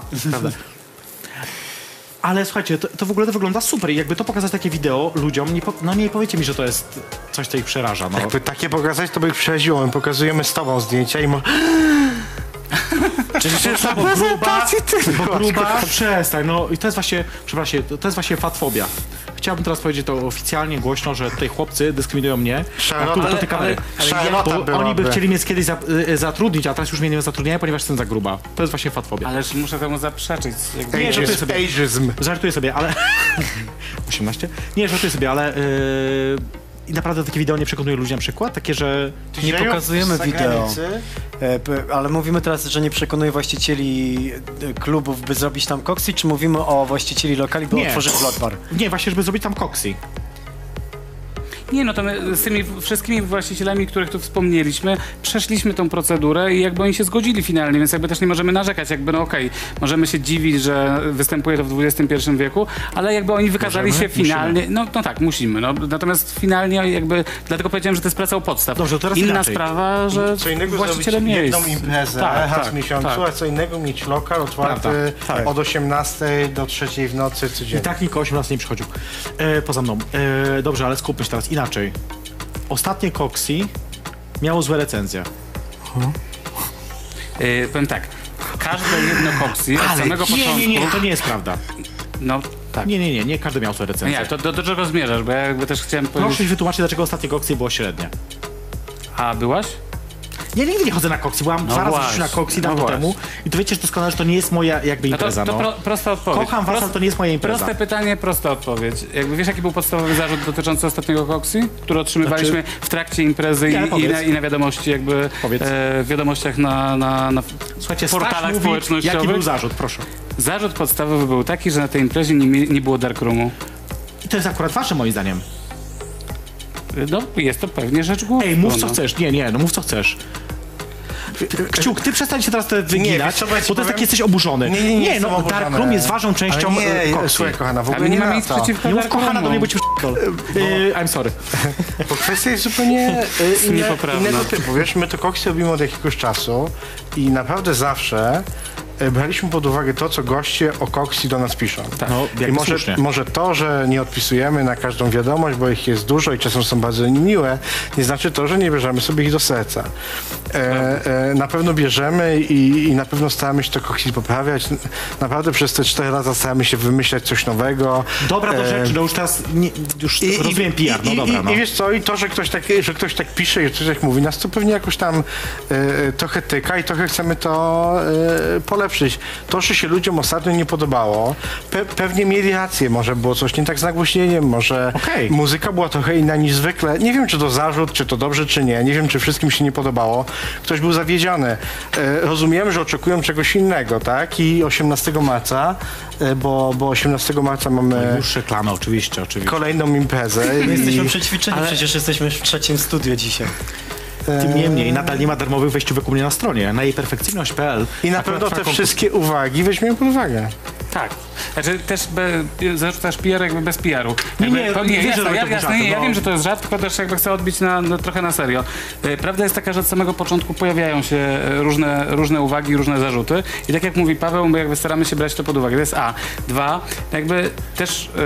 S3: Ale słuchajcie, to, to w ogóle to wygląda super i jakby to pokazać takie wideo ludziom, nie po, no nie powiecie mi, że to jest coś, co ich przeraża. No.
S5: Jakby takie pokazać, to by ich przeraziło. My pokazujemy z tobą zdjęcia i mo...
S3: Czyli to jest
S5: prezentacji ty
S3: Bo
S5: byłaś,
S3: gruba,
S5: kurwa.
S3: przestań, no i to jest właśnie, przepraszam, to to jest właśnie fatfobia. Chciałbym teraz powiedzieć to oficjalnie, głośno, że tutaj chłopcy dyskryminują mnie.
S5: Szarlota-
S3: a tu,
S5: ale-
S3: do tej kamery.
S5: ale- Szarlota
S3: bo oni by
S5: byłaby.
S3: chcieli mnie kiedyś za, y, y, zatrudnić, a teraz już mnie nie zatrudniają, ponieważ jestem za gruba. To jest właśnie fatfobia.
S4: Ależ muszę temu zaprzeczyć. Jakby...
S3: Nie, żartuję
S5: Ageism.
S3: sobie.
S5: Ageism.
S3: Żartuję sobie, ale... 18? Nie, żartuję sobie, ale... Yy... I naprawdę takie wideo nie przekonuje ludzi na przykład? Takie, że...
S6: nie
S5: Dzieju
S6: pokazujemy
S5: z
S6: wideo.
S5: zagranicy?
S6: E, p- Ale mówimy teraz, że nie przekonuje właścicieli e, klubów, by zrobić tam koksy, czy mówimy o właścicieli lokali, by
S3: Nie.
S6: otworzyć vlog bar?
S3: Nie, właśnie, żeby zrobić tam koksy.
S4: Nie, no to my z tymi wszystkimi właścicielami, których tu wspomnieliśmy, przeszliśmy tą procedurę i jakby oni się zgodzili finalnie, więc jakby też nie możemy narzekać, jakby no okej, możemy się dziwić, że występuje to w XXI wieku, ale jakby oni wykazali
S3: Możemy?
S4: się finalnie, no, no tak, musimy, no, natomiast finalnie jakby, dlatego powiedziałem, że to jest praca u podstaw.
S3: Dobrze, teraz
S4: Inna
S3: inaczej.
S4: sprawa, że
S5: Co innego zrobić
S4: właścicielem miejsc.
S5: jedną imprezę
S4: Tak,
S5: raz
S4: tak,
S5: w miesiącu,
S4: tak.
S5: a co innego mieć lokal otwarty
S3: Prawda, tak.
S5: od 18 do 3 w nocy
S3: I
S5: codziennie.
S3: tak nikt o 18 nie przychodził. E, poza mną. E, dobrze, ale skupmy się teraz inaczej. Ostatnie Coxy miało złe recenzje.
S4: Yy, powiem tak, każde jedno koksy od samego
S3: nie,
S4: początku...
S3: nie, nie, to nie jest prawda.
S4: No tak.
S3: Nie, nie, nie, nie każdy miał złe recenzje.
S4: Nie, to do, do czego zmierzasz, bo ja jakby też chciałem
S3: Proszę
S4: powiedzieć...
S3: mi wytłumaczyć, dlaczego ostatnie Coxy było średnie.
S4: A, byłaś?
S3: Ja nigdy nie chodzę na Coxy, byłam
S4: No
S3: dwa razy
S4: właśnie,
S3: już na Coxy
S4: no
S3: dawno
S4: właśnie.
S3: temu i to wiecie że doskonale, że to nie jest moja jakby
S4: No to,
S3: impreza,
S4: to
S3: no.
S4: pro, prosta odpowiedź.
S3: Kocham was,
S4: Prost-
S3: ale to nie jest moja impreza.
S4: Proste pytanie, prosta odpowiedź. Jakby wiesz, jaki był podstawowy zarzut dotyczący ostatniego koksy, który otrzymywaliśmy w trakcie imprezy
S3: Znaczy- Nie,
S4: i, i,
S3: powiedz.
S4: na, i na wiadomości jakby
S3: Powiedz.
S4: e, wiadomościach na, na, na
S3: Słuchajcie,
S4: portalach
S3: Staś mówi,
S4: społecznościowych.
S3: jaki był zarzut, proszę.
S4: Zarzut podstawowy był taki, że na tej imprezie nie, mi- nie było darkroomu.
S3: I to jest akurat wasze moim zdaniem.
S4: No, jest to pewnie rzecz główna.
S3: Ej, mów co
S4: no.
S3: chcesz, nie, nie, no mów co chcesz. Kciuk, ty przestań się teraz te wyginać,
S5: wiesz co, bo ja ci
S3: bo to
S5: powiem?
S3: jest taki jesteś oburzony.
S5: Nie, nie, nie, jestem
S3: no,
S5: oburzony.
S3: Darkroom jest ważną
S5: Ale
S3: częścią
S5: nie,
S3: e,
S5: ja-
S3: Coxy.
S5: słuchaj kochana, E, w ogóle
S4: Ale nie mam
S5: na
S4: nic
S5: to.
S4: przeciwko
S3: Nie mów
S4: darkroomu.
S3: kochana do mnie, bo ci yy, I'm sorry.
S5: Bo kwestia jest zupełnie e, inne,
S4: niepoprawna.
S5: innego typu. Wiesz, my to koksy robimy od jakiegoś czasu i naprawdę zawsze e, braliśmy pod uwagę to, co goście o koksy do nas piszą.
S3: No,
S5: I
S3: jakby
S5: może,
S3: słusznie.
S5: może to, że nie odpisujemy na każdą wiadomość, bo ich jest dużo i czasem są bardzo niemiłe, nie znaczy to, że nie bierzemy sobie ich do serca. E, e, na pewno bierzemy i, i na pewno staramy się to koksy poprawiać. Naprawdę przez te 4 lata staramy się wymyślać coś nowego.
S3: Dobra, do
S5: E,
S3: rzeczy, no już teraz, nie, już
S5: i,
S3: rozumiem
S5: i,
S3: PR, no
S5: i,
S3: dobra,
S5: i,
S3: no.
S5: I wiesz co, i to, że ktoś tak, że ktoś tak pisze i ktoś tak mówi, nas to pewnie jakoś tam e, e, trochę tyka i trochę chcemy to e, ulepszyć. To, że się ludziom ostatnio nie podobało, pe- pewnie mieli rację, może było coś nie tak z nagłośnieniem, może
S3: Okej.
S5: muzyka była trochę inna niż zwykle. Nie wiem, czy to zarzut, czy to dobrze, czy nie. Nie wiem, czy wszystkim się nie podobało. Ktoś był zawiedziony. E, rozumiem, że oczekują czegoś innego, tak? I 18 marca, e, bo, bo 18 marca mamy
S3: No Już reklama, oczywiście, oczywiście.
S5: kolejną imprezę.
S6: My jesteśmy
S5: i-
S6: przećwiczeni, przecież jesteśmy w trzecim studiu dzisiaj.
S3: Tym niemniej nadal nie ma darmowych wejściówek u mnie na stronie, na jej perfekcyjność.pl.
S5: I na
S3: Akurat
S5: pewno te
S3: komputer-
S5: wszystkie uwagi weźmiemy pod uwagę.
S4: Tak. Znaczy też be, zarzucasz PR jakby bez PR-u. Jakby-
S3: nie,
S4: to-
S3: nie, wierzę,
S4: jasne,
S3: że
S4: ja,
S3: to był
S4: jasne,
S3: żart,
S4: nie, ja
S3: no.
S4: wiem, że to jest żart, tylko też jakby chcę odbić na, na, trochę na serio. E, Prawda jest taka, że od samego początku pojawiają się e, różne, różne uwagi, różne zarzuty i tak jak mówi Paweł, my jakby staramy się brać to pod uwagę. To jest A. Dwa, jakby też e,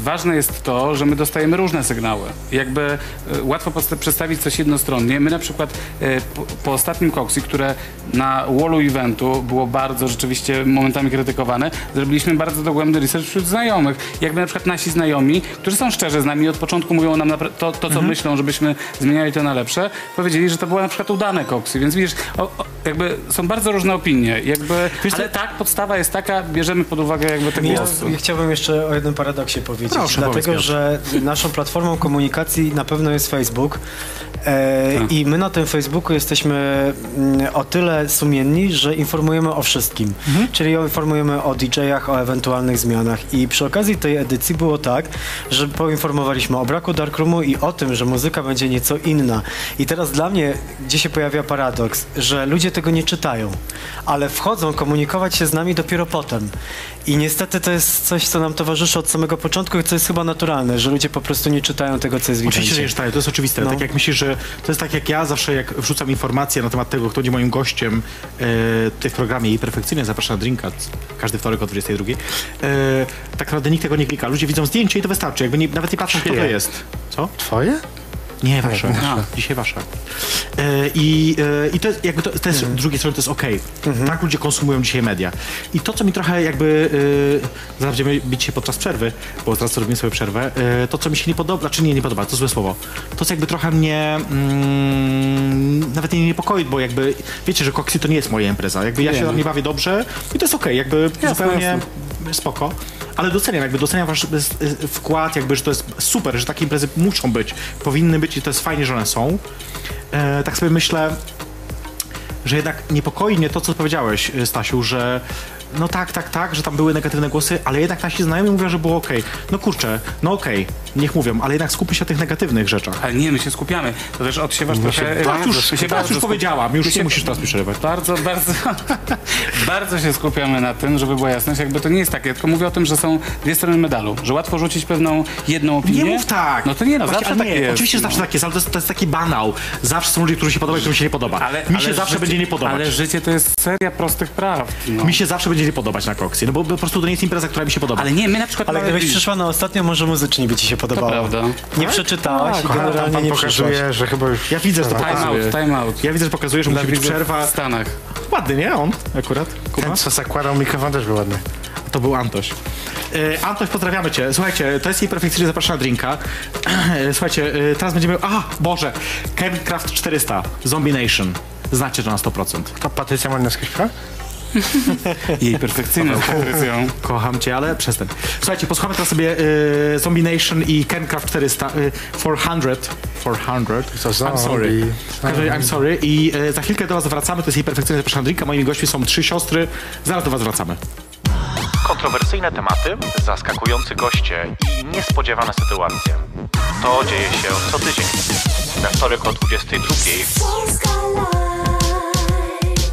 S4: ważne jest to, że my dostajemy różne sygnały. Jakby e, łatwo podsta- przedstawić coś jednostronnie. My na przykład e, po, po ostatnim Coxie, które na wallu eventu było bardzo rzeczywiście momentami krytykowane, zrobiliśmy bardzo dogłębny research wśród znajomych. Jakby na przykład nasi znajomi, którzy są szczerzy z nami i od początku mówią nam napra- to, to co myślą, żebyśmy zmieniali to na lepsze, powiedzieli, że to było na przykład udane koksy, więc widzisz, o, o, jakby są bardzo różne opinie. Jakby, ale tak, podstawa jest taka, bierzemy pod uwagę jakby te
S6: Ja,
S4: głosy.
S6: ja chciałbym jeszcze o jednym paradoksie powiedzieć.
S3: Proszę,
S6: dlatego,
S3: powiedz,
S6: że naszą platformą komunikacji na pewno jest Facebook. E,
S3: Tak.
S6: I my na tym Facebooku jesteśmy mm, o tyle sumienni, że informujemy o wszystkim.
S3: Mhm.
S6: Czyli informujemy o DJ-ach, o ewentualnych zmianach. I przy okazji tej edycji było tak, że poinformowaliśmy o braku Darkroomu i o tym, że muzyka będzie nieco inna. I teraz dla mnie, gdzie się pojawia paradoks, że ludzie tego nie czytają, ale wchodzą komunikować się z nami dopiero potem. I niestety to jest coś, co nam towarzyszy od samego początku i co jest chyba naturalne, że ludzie po prostu nie czytają tego, co jest w
S3: Oczywiście, że
S6: evencie.
S3: nie czytają, to jest oczywiste.
S6: No.
S3: Tak jak myślisz, że to jest tak jak ja zawsze, jak wrzucam informacje na temat tego, kto będzie moim gościem e, tutaj w programie i perfekcyjnie zapraszam na drinka c- każdy wtorek o 22. E, tak naprawdę nikt tego nie klika. Ludzie widzą zdjęcie i to wystarczy. Jakby nie, nawet nie patrzą, kto to
S5: Czyje?
S3: jest. Co?
S5: Twoje?
S3: Nie, wasze.
S4: A.
S3: Dzisiaj wasza. E, I, e, I to jest, jakby to, to jest, z drugiej strony to jest okej. Tak ludzie konsumują dzisiaj media. I to, co mi trochę jakby, e, zaraz będziemy bić się podczas przerwy, bo zaraz robimy sobie przerwę, e, to, co mi się nie podoba, znaczy nie, nie podoba, to złe słowo, to, co jakby trochę mnie mm, nawet nie niepokoi, bo jakby, wiecie, że Coxy to nie jest moja impreza. Jakby ja się tam nie bawię dobrze i to jest okej, jakby zupełnie spoko. Ale doceniam, jakby doceniam wasz e, s- e, wkład, jakby, że to jest super, że takie imprezy muszą być, powinny być i to jest fajnie, że one są. E, tak sobie myślę, że jednak niepokoi mnie to, co powiedziałeś, e, Stasiu, że no tak, tak, tak, że tam były negatywne głosy, ale jednak nasi znajomi mówią, że było okej. No kurczę, no okej, niech mówią, ale jednak skupmy się na tych negatywnych rzeczach.
S4: Ale nie, my się skupiamy. To też odsiewasz trochę...
S3: Tak
S4: bardzo-
S3: już,
S4: my się
S3: tak
S4: bardzo
S3: już
S4: skup-
S3: powiedziałam, już
S4: my
S3: nie
S4: się-
S3: musisz teraz mi przerywać.
S4: Bardzo, bardzo, bardzo się skupiamy na tym, żeby była jasność. Jakby to nie jest takie, tylko mówię o tym, że są dwie strony medalu, że łatwo rzucić pewną jedną opinię.
S3: Nie mów tak!
S4: No to nie, no
S3: Właśnie,
S4: zawsze
S3: ale
S4: tak jest.
S3: Oczywiście, że zawsze
S4: no.
S3: tak jest, ale to jest, to jest taki banał. Zawsze są ludzie, którym się podoba i którym się nie podoba. Mi się zawsze
S4: życie-
S3: będzie nie podobać.
S4: Ale życie to jest seria prostych prawd. No.
S3: Mi się zawsze będzie nie podobać na koksie, no bo po prostu to nie jest impreza, która mi się podoba.
S4: Ale nie, my na przykład...
S6: Ale
S4: mamy-
S6: gdybyś przyszła na ostatnią, może muzycznie by ci się
S4: No To
S6: podobało.
S4: prawda. Tak?
S6: Nie przeczytałaś i generalnie
S5: Pan
S6: nie przeszłaś.
S5: pokazuje, że chyba już...
S3: Ja widzę, że to
S4: Time
S3: pokazuje.
S4: out, time out.
S3: Ja widzę, że pokazuje, że musi być
S4: widzów
S3: przerwa.
S4: W Stanach.
S3: Ładny, nie? On akurat. Kuba?
S5: Ten, co zakładał mikrofon, też był ładny.
S3: To był Antoś. E, Antoś, pozdrawiamy cię. Słuchajcie, to jest jej perfekcyjnie zapraszana drinka. E, Słuchajcie, e, teraz będziemy... A, Boże! Kevin Craft 400, Zombie Nation. Znacie to na 100%.
S5: To Patrycja Malinowska śpiewa?
S4: Jej perfekcyjność. Patrycją.
S3: Kocham cię, ale przestań. Słuchajcie, posłuchamy teraz sobie y, Zombie Nation i Kencraft 400, y, 400, 400,
S5: Co
S3: I'm
S5: zombie.
S3: sorry. W każdym razie I'm sorry i y, za chwilkę do was wracamy, to jest jej perfekcyjny zapraszam drinka, moimi gośćmi są trzy siostry, zaraz do was wracamy.
S1: Kontrowersyjne tematy, zaskakujący goście i niespodziewane sytuacje. To dzieje się co tydzień. We wtorek o 22.00
S2: Polska Live.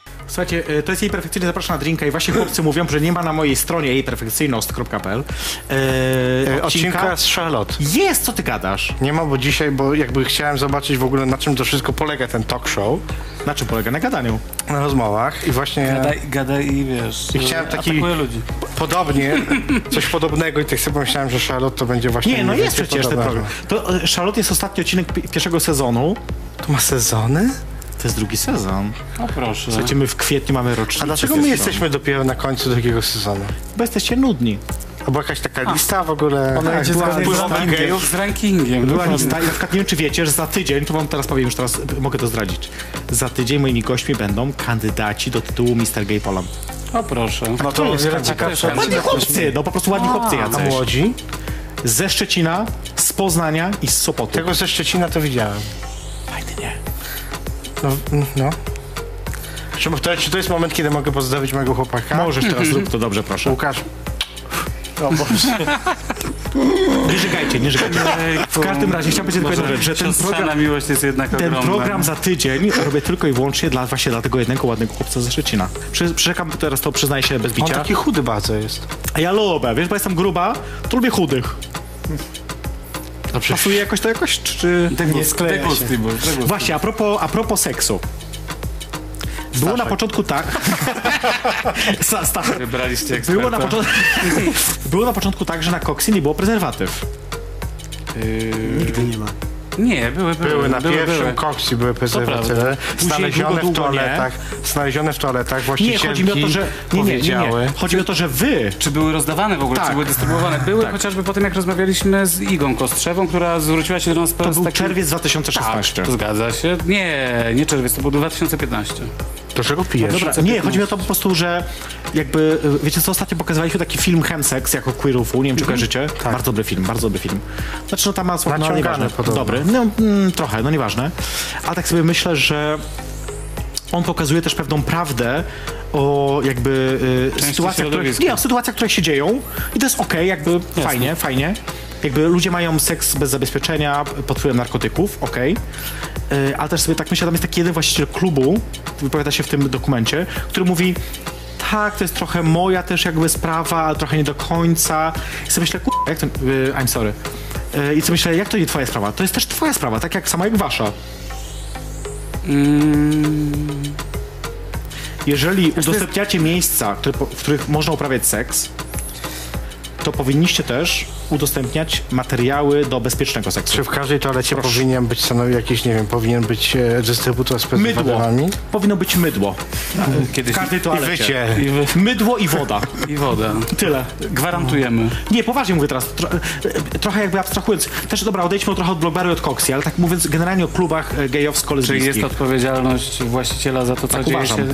S3: Słuchajcie, y, to jest jej perfekcyjny zapraszam na drinka i właśnie chłopcy mówią, że nie ma na mojej stronie jejperfekcyjność.pl yy,
S5: Odcinka, E, odcinka z Charlotte.
S3: Jest, co ty gadasz?
S5: Nie ma, bo dzisiaj, bo jakby chciałem zobaczyć w ogóle na czym to wszystko polega ten talk show,
S3: Na czym polega? Na gadaniu.
S5: na rozmowach i właśnie
S4: Gadaj, gadaj i wiesz.
S5: I chciałem taki-
S4: atakuje ludzi.
S5: podobnie, coś podobnego i tak sobie pomyślałem, że Charlotte to będzie właśnie...
S3: Nie, no
S5: mniej
S3: jest
S5: więcej
S3: przecież ten
S5: podobne.
S3: program. To y, Charlotte jest ostatni odcinek pi- pierwszego sezonu.
S5: To ma sezony?
S3: To jest drugi sezon.
S4: No proszę.
S3: Słuchajcie, my w kwietniu mamy rocznicę.
S5: A dlaczego
S3: sezonu.
S5: my jesteśmy dopiero na końcu drugiego sezonu?
S3: Bo jesteście nudni.
S5: A była jakaś taka lista w ogóle. Tak,
S6: Ona idzie
S5: była
S6: zgodnie z
S5: wpływowa
S6: rankiem.
S5: gejów.
S4: Z rankingiem.
S5: No
S3: Była
S4: dokładnie.
S3: lista i na przykład nie wiem, czy wiecie, że za tydzień, to wam teraz powiem, już teraz y, mogę to zdradzić, za tydzień moimi gośćmi będą kandydaci do tytułu Mr. Gay Poland.
S4: O proszę.
S5: No to jest wiele ciekawsze.
S3: Ładni chłopcy, no po prostu ładni chłopcy
S5: A
S3: jacyś.
S5: młodzi?
S3: Ze Szczecina, z Poznania i z Sopotu.
S5: Tego ze Szczecina to widziałem.
S3: Fajny, nie?
S5: No. mm, no. Czy, to, czy to jest moment, kiedy mogę pozdrowić mojego chłopaka?
S3: Możesz teraz,
S5: Mhm.
S3: zrób to dobrze, proszę.
S5: Łukasz. O Boże.
S3: Nie żygajcie, nie żygajcie.
S5: Mhm.
S4: e,
S3: W każdym razie chciałbym powiedzieć tylko
S4: Boże,
S3: jedną rzecz, że ten
S4: siostrzana
S3: program,
S4: miłość jest jednak
S3: ten
S4: ogromna.
S3: program za tydzień robię tylko i wyłącznie dla, właśnie dla tego jednego ładnego chłopca ze Szczecina. Przy- Przyrzekam teraz to, przyznaję się bez
S5: On
S3: bicia.
S5: taki chudy bardzo jest.
S3: A ja lubię, wiesz, bo jestem gruba, to lubię chudych.
S4: No
S5: Dobrze.
S3: Pasuje jakoś to jakoś, czy- czy...
S6: Nie skleja się.
S4: Degustuj, bo- degustuj.
S3: Właśnie, a propos, a propos seksu. Było na początku tak. Sta- Staszek.
S4: Wybraliście eksperta.
S3: Było na, początku, było na początku tak, że na koksie nie było prezerwatyw.
S6: Nigdy nie ma.
S4: Nie, były, były.
S5: Były na
S4: były,
S5: pierwszym
S4: były.
S5: koksie były prezerwatywy.
S4: prawda.
S3: Później
S5: Znalezione
S3: długo,
S5: w
S3: długo nie.
S5: toaletach. Znalezione w toaletach
S3: Nie,
S5: właścicielki
S3: chodzi mi o to, że. Nie, nie, nie,
S5: powiedziały.
S3: nie. Chodzi mi o to, że wy.
S4: Czy były rozdawane w ogóle,
S3: Tak.
S4: czy były dystrybuowane? Były chociażby po tym, jak rozmawialiśmy z Igą Kostrzewą, która zwróciła się do nas
S3: To
S4: z
S3: był
S4: takim-
S3: czerwiec
S4: Tak,
S3: 2016.
S4: zgadza się. Nie, nie czerwiec, to był 2015.
S5: Do czego pijesz?
S3: Dobra, nie, chodzi mi o to po prostu, że jakby, y, wiecie co, ostatnio pokazywaliśmy taki film Hemsex jako Queerów, nie wiem
S5: Mhm.
S3: czy kojarzycie. Bardzo dobry film, bardzo dobry film. Znaczy no tam ma słowo, no
S5: Tak. Naciągany
S3: nieważne,
S5: podobno.
S3: dobry, no mm, trochę, no nieważne. A tak sobie myślę, że on pokazuje też pewną prawdę o jakby y,
S4: Części
S3: sytuacjach, które,
S4: środowiska.
S3: nie, o sytuacjach, które się dzieją i to jest okej, jakby fajnie, fajnie. Jakby ludzie mają seks bez zabezpieczenia pod wpływem narkotyków, okej. Y, Ale też sobie tak myślę, tam jest taki jeden właściciel klubu, wypowiada się w tym dokumencie, który mówi tak, to jest trochę moja też jakby sprawa, ale trochę nie do końca. I sobie myślę, "Kur- jak to, y, I'm sorry. Y, I co myślę, jak to nie twoja sprawa? To jest też twoja sprawa, tak jak sama jak wasza. Jeżeli udostępniacie miejsca, które, po- w których można uprawiać seks, to powinniście też udostępniać materiały do bezpiecznego seksu.
S5: Czy w każdej toalecie powinien być stanowi jakiś, nie wiem, powinien być e, dystrybutor z
S3: Mydło.
S5: prezerwatywami?
S3: Powinno być mydło. Mm.
S4: Kiedyś
S3: W każdej
S5: I
S3: toalecie.
S5: wycie.
S4: i, wy...
S3: Mydło i woda.
S4: I woda.
S3: Tyle.
S4: Gwarantujemy.
S3: Nie, poważnie mówię teraz, tro, e, trochę jakby abstrahując. Też dobra, odejdźmy trochę od blogaru i od koksji, ale tak mówiąc generalnie o klubach e,
S4: Czy
S3: gejowsko-lesbijskich.
S4: jest odpowiedzialność właściciela za to, co
S3: Tak
S4: dzieje
S3: uważam.
S4: się?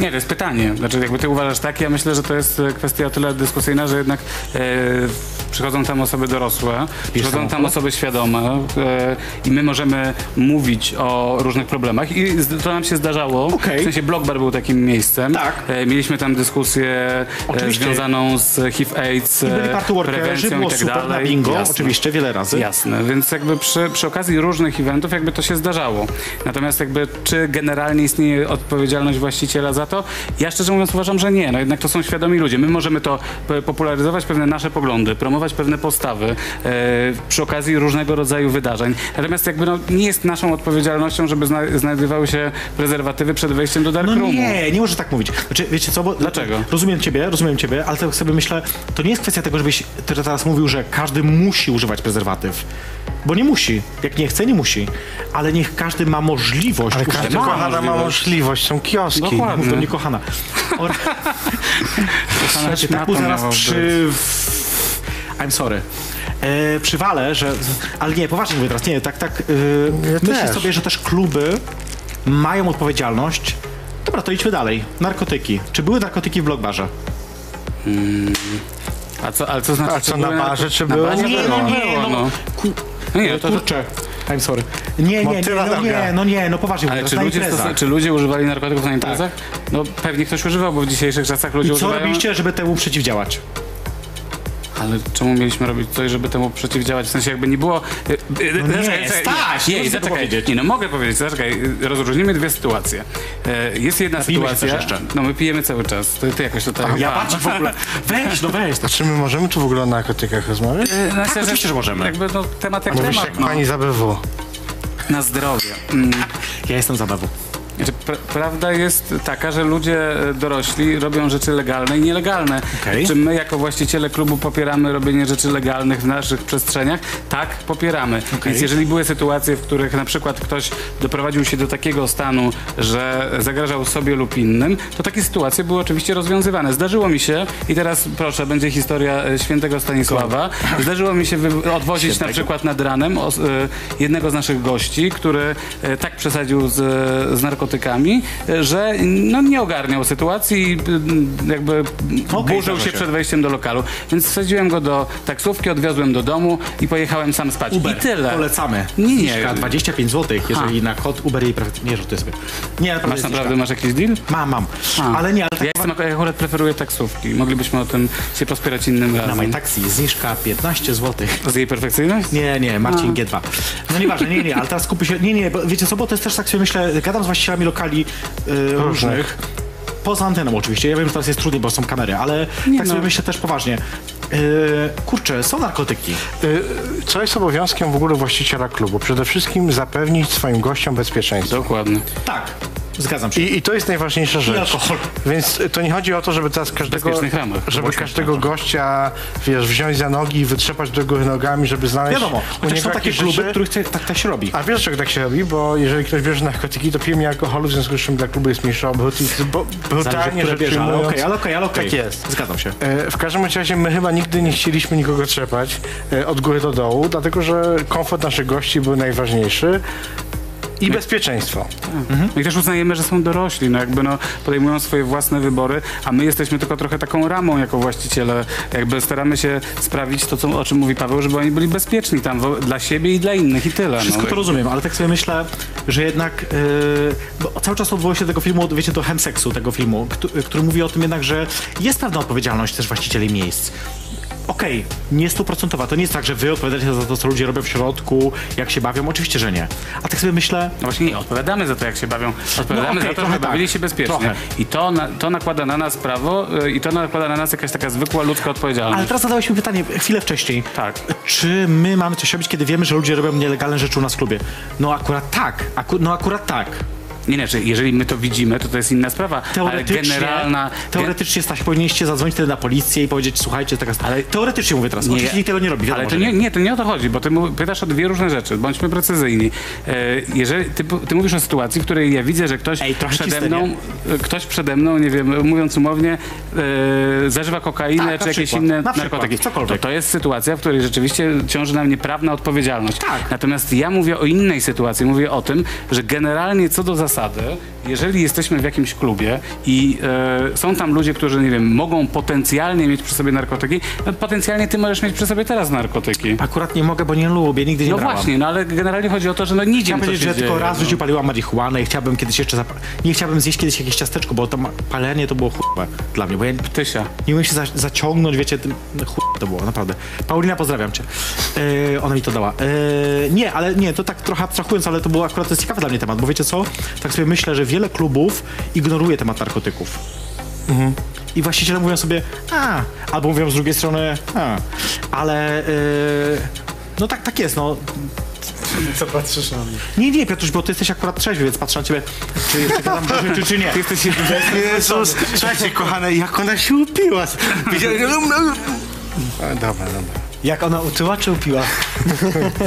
S4: Nie, to jest pytanie. Znaczy, jakby ty uważasz tak, ja myślę, że to jest e, kwestia o tyle dyskusyjna, że jednak e, przychodzą tam osoby dorosłe, przychodzą tam osoby świadome e, i my możemy mówić o różnych problemach i z- to nam się zdarzało.
S3: Okej.
S4: W sensie Blockbar był takim miejscem.
S3: Tak.
S4: E, mieliśmy tam dyskusję e,
S3: Oczywiście.
S4: związaną z HIV, AIDS,
S3: I byli
S4: e,
S3: party workerzy,
S4: prewencją i
S3: było
S4: tak
S3: super na
S4: dalej.
S3: bingo,
S4: Jasne.
S3: oczywiście, wiele razy.
S4: Jasne, więc jakby przy, przy okazji różnych eventów jakby to się zdarzało. Natomiast jakby czy generalnie istnieje odpowiedzialność właściciela za to? Ja szczerze mówiąc uważam, że nie. No jednak to są świadomi ludzie. My możemy to p- popularyzować pewne nasze poglądy, promować pewne postawy e, przy okazji różnego rodzaju wydarzeń. Natomiast jakby no, nie jest naszą odpowiedzialnością, żeby zna znajdowały się prezerwatywy przed wejściem do
S3: No
S4: darkroomu.
S3: nie, nie może tak mówić. Znaczy, wiecie co, bo
S4: Dlaczego?
S3: Rozumiem ciebie, rozumiem ciebie, ale tak sobie myślę, to nie jest kwestia tego, żebyś ty teraz mówił, że każdy musi używać prezerwatyw. Bo nie musi. Jak nie chce, nie musi. Ale niech każdy ma możliwość
S5: Ale
S3: użycia-
S5: każdy
S4: ma
S5: kochana ma
S4: możliwość.
S5: możliwość, są kioski.
S4: Dokładnie.
S3: Mów do mnie kochana. Oraz... Słuchajcie, tak mu zaraz
S4: miało
S3: przy... I'm sorry. E, przywalę, że... Ale nie, poważnie mówię teraz, nie, tak, tak. E, myślę
S5: też.
S3: sobie, że też kluby mają odpowiedzialność. Dobra, to idźmy dalej. Narkotyki. Czy były narkotyki w Blockbarze?
S4: A co, ale co znaczy,
S5: A co,
S4: czy
S5: na
S4: były-
S5: barze czy
S4: Tak, na
S5: było?
S4: barze
S5: Nie,
S4: było,
S5: no
S3: nie,
S4: było,
S3: no.
S4: no.
S3: Ku...
S4: No nie, to, to,
S3: Kurczę. I'm sorry. Nie, nie, nie,
S5: Motyla
S3: no nie,
S5: noga.
S3: no nie, no poważnie mówię,
S4: Ale
S3: teraz
S4: czy
S3: na
S4: ludzie,
S3: imprezach. Tak.
S4: stos- czy ludzie używali narkotyków na imprezach? No pewnie ktoś używał, bo w dzisiejszych czasach ludzie
S3: I co
S4: używają.
S3: robiliście, żeby temu przeciwdziałać?
S4: Ale czemu mieliśmy robić coś, żeby temu przeciwdziałać? W sensie jakby nie było... e, e,
S3: No nie,
S4: zaczekaj, zaczekaj,
S3: Staś,
S4: nie, nie,
S3: możesz to
S4: zaczekaj.
S3: powiedzieć.
S4: Nie, no mogę powiedzieć, zaczekaj. e, Rozróżnimy dwie sytuacje. E, Jest jedna
S3: Napijmy się
S4: sytuacja...
S3: też jeszcze.
S4: No my pijemy cały czas. Ty, ty jakoś tutaj...
S3: Ja
S4: A.
S3: patrzę w ogóle. Weź, no weź.
S5: A czy Znaczy, my możemy tu w ogóle o narkotykach rozmawiać?
S3: Yy,
S4: E, myślę,
S3: Tak, oczywiście, że możemy.
S4: Jakby no temat jak
S5: Mówisz
S4: temat,
S5: jak
S4: no.
S5: pani z ABW.
S4: Na zdrowie. Mm.
S3: Ja jestem za BW.
S4: Znaczy, pra- prawda jest taka, że ludzie e, dorośli robią rzeczy legalne i nielegalne.
S3: Okej.
S4: Czy my jako właściciele klubu popieramy robienie rzeczy legalnych w naszych przestrzeniach? Tak, popieramy. Więc jeżeli były sytuacje, w których na przykład ktoś doprowadził się do takiego stanu, że zagrażał sobie lub innym, to takie sytuacje były oczywiście rozwiązywane. Zdarzyło mi się, i teraz proszę, będzie historia e, świętego Stanisława, zdarzyło mi się wy- odwozić na przykład nad ranem os- e, jednego z naszych gości, który e, tak przesadził z, z narkotykami, e, że no, nie ogarniał sytuacji i m, jakby
S3: Okej,
S4: burzył
S3: zdarza
S4: się
S3: się.
S4: przed wejściem do lokalu. Więc wsadziłem go do taksówki, odwiozłem do domu i pojechałem sam spać.
S3: Uber.
S4: I tyle.
S3: Polecamy.
S4: Nie, nie.
S3: Zniżka 25 zł, jeżeli na kod Uber jej prawie... Nie, że to jest... Nie, naprawdę
S4: Masz
S3: jest
S4: naprawdę,
S3: zniżka.
S4: masz jakiś deal?
S3: Mam, mam.
S4: A.
S3: Ale nie, ale tak
S4: Ja, jestem, ak- ja akurat preferuję taksówki. Moglibyśmy o tym się pospierać innym
S3: na
S4: razem.
S3: MyTaxi jest zniżka 15 zł.
S4: Z jej perfekcyjność?
S3: tak. Nie, nie, Marcin G2. No nieważne, nie, nie, ale teraz kupię się... Nie, nie, bo wiecie co, bo to jest też tak sobie myślę, gadam z właścicielami lokali y, różnych, poza anteną oczywiście, ja wiem, że teraz jest trudniej, bo są kamery, ale tak
S4: no.
S3: sobie myślę też poważnie. Y, kurczę, są narkotyki.
S5: Y, Co jest obowiązkiem w ogóle właściciela klubu? Przede wszystkim zapewnić swoim gościom bezpieczeństwo.
S4: Dokładnie.
S3: Tak, zgadzam się.
S5: I, I to jest najważniejsza rzecz.
S3: alkohol.
S5: Więc to nie chodzi o to, żeby teraz każdego,
S4: bezpiecznych ramach.
S5: żeby
S4: Właśnie
S5: każdego
S3: Tak.
S5: gościa wiesz, wziąć za nogi i wytrzepać do góry nogami, żeby znaleźć
S3: Wiadomo,
S5: u
S3: chociaż
S5: niego
S3: są takie
S5: jakieś
S3: kluby,
S5: rzeczy.
S3: których te- tak, tak się robi.
S5: A wiesz, czego tak się robi? Bo jeżeli ktoś bierze narkotyki, to pije mniej alkoholu, w związku z czym dla klubu jest mniejszy obrót i bo, brutalnie
S3: które
S5: rzecz
S3: bierze, ale
S5: ujmując-
S3: okej, ale okej, ale okej.
S5: Tak jest.
S3: Zgadzam się.
S5: E, W każdym bądź razie my chyba nigdy nie chcieliśmy nikogo trzepać e, od góry do dołu, dlatego że komfort naszych gości był najważniejszy i bezpieczeństwo.
S4: No I też uznajemy, że są dorośli, no jakby no, podejmują swoje własne wybory, a my jesteśmy tylko trochę taką ramą jako właściciele. Jakby staramy się sprawić to, co, o czym mówi Paweł, żeby oni byli bezpieczni tam wo- dla siebie i dla innych i tyle.
S3: Wszystko
S4: no.
S3: to rozumiem, ale tak sobie myślę, że jednak yy, bo cały czas odwołuje się do tego filmu, wiecie, do hemseksu tego filmu, który, który mówi o tym jednak, że jest pewna odpowiedzialność też właścicieli miejsc. Okej, nie stuprocentowa. To nie jest tak, że wy odpowiadacie za to, co ludzie robią w środku, jak się bawią. Oczywiście, że nie. A tak sobie myślę,
S4: No właśnie nie, odpowiadamy za to, jak się bawią. Odpowiadamy
S3: okej,
S4: za to,
S3: trochę
S4: że
S3: tak.
S4: bawili się bezpiecznie.
S3: Trochę.
S4: I to, na, to nakłada na nas prawo y, i to nakłada na nas jakaś taka zwykła ludzka
S3: ale
S4: odpowiedzialność.
S3: teraz zadałeś mi pytanie chwilę wcześniej.
S4: Tak.
S3: Czy my mamy coś robić, kiedy wiemy, że ludzie robią nielegalne rzeczy u nas w klubie? No akurat tak. Aku- no akurat tak.
S4: Nie, nie, że jeżeli my to widzimy, to to jest inna sprawa, ale
S3: Teoretycznie,
S4: generalna...
S3: teoretycznie Staś, powinniście zadzwonić wtedy na policję i powiedzieć, słuchajcie, taka... Ale teoretycznie mówię teraz, oczywiście nikt tego nie robi, wiadomo,
S4: Ale to nie,
S3: że
S4: nie, to nie o to chodzi, bo ty mu- pytasz o dwie różne rzeczy, bądźmy precyzyjni. E, jeżeli ty, ty mówisz o sytuacji, w której ja widzę, że ktoś
S3: Ej, trochę
S4: przede
S3: cisnę,
S4: mną, e, ktoś przede mną, nie wiem, mówiąc umownie, e, zażywa kokainę
S3: Tak, na
S4: czy jakieś
S3: przykład.
S4: inne
S3: Na przykład,
S4: narkotyki.
S3: cokolwiek.
S4: To, to jest sytuacja, w której rzeczywiście ciąży na mnie prawna odpowiedzialność.
S3: Tak.
S4: Natomiast ja mówię o innej sytuacji, mówię o tym, że generalnie co do zasady, jeżeli jesteśmy w jakimś klubie i e, są tam ludzie, którzy, nie wiem, mogą potencjalnie mieć przy sobie narkotyki, no, potencjalnie ty możesz mieć przy sobie teraz narkotyki.
S3: Akurat nie mogę, bo nie lubię, nigdy nie
S4: No
S3: brałam.
S4: właśnie, no ale generalnie chodzi o to, że no nie co się
S3: Chciałbym powiedzieć, że
S4: dzieje,
S3: tylko raz w
S4: no.
S3: życiu paliłam marihuanę i chciałbym kiedyś jeszcze... Zap... Nie chciałbym zjeść kiedyś jakieś ciasteczko, bo to ma... palenie to było chłopę dla mnie, bo ja
S4: Tysia.
S3: nie umiem się za... zaciągnąć, wiecie, tym... no chuj to było, naprawdę. Paulina, pozdrawiam cię. Yy, ona mi to dała. Yy, nie, ale nie, to tak trochę abstrahując, ale to było akurat to jest ciekawy dla mnie temat, bo wiecie co? Tak sobie myślę, że wiele klubów ignoruje temat narkotyków. I właściciele mówią sobie, a, albo mówią z drugiej strony, a, ale yy, no tak, tak jest, no.
S6: Co patrzysz na mnie?
S3: Nie, nie, Piotruś, bo ty jesteś akurat trzeźwy, więc patrzę na ciebie, czy jeszcze gadam dużo, czy, czy nie.
S4: Jesteś jednym
S5: Jezus, słuchajcie, kochane, jak ona się upiła. Widziałem- A, Dobra, dobra.
S6: Jak ona utyła czy upiła? No,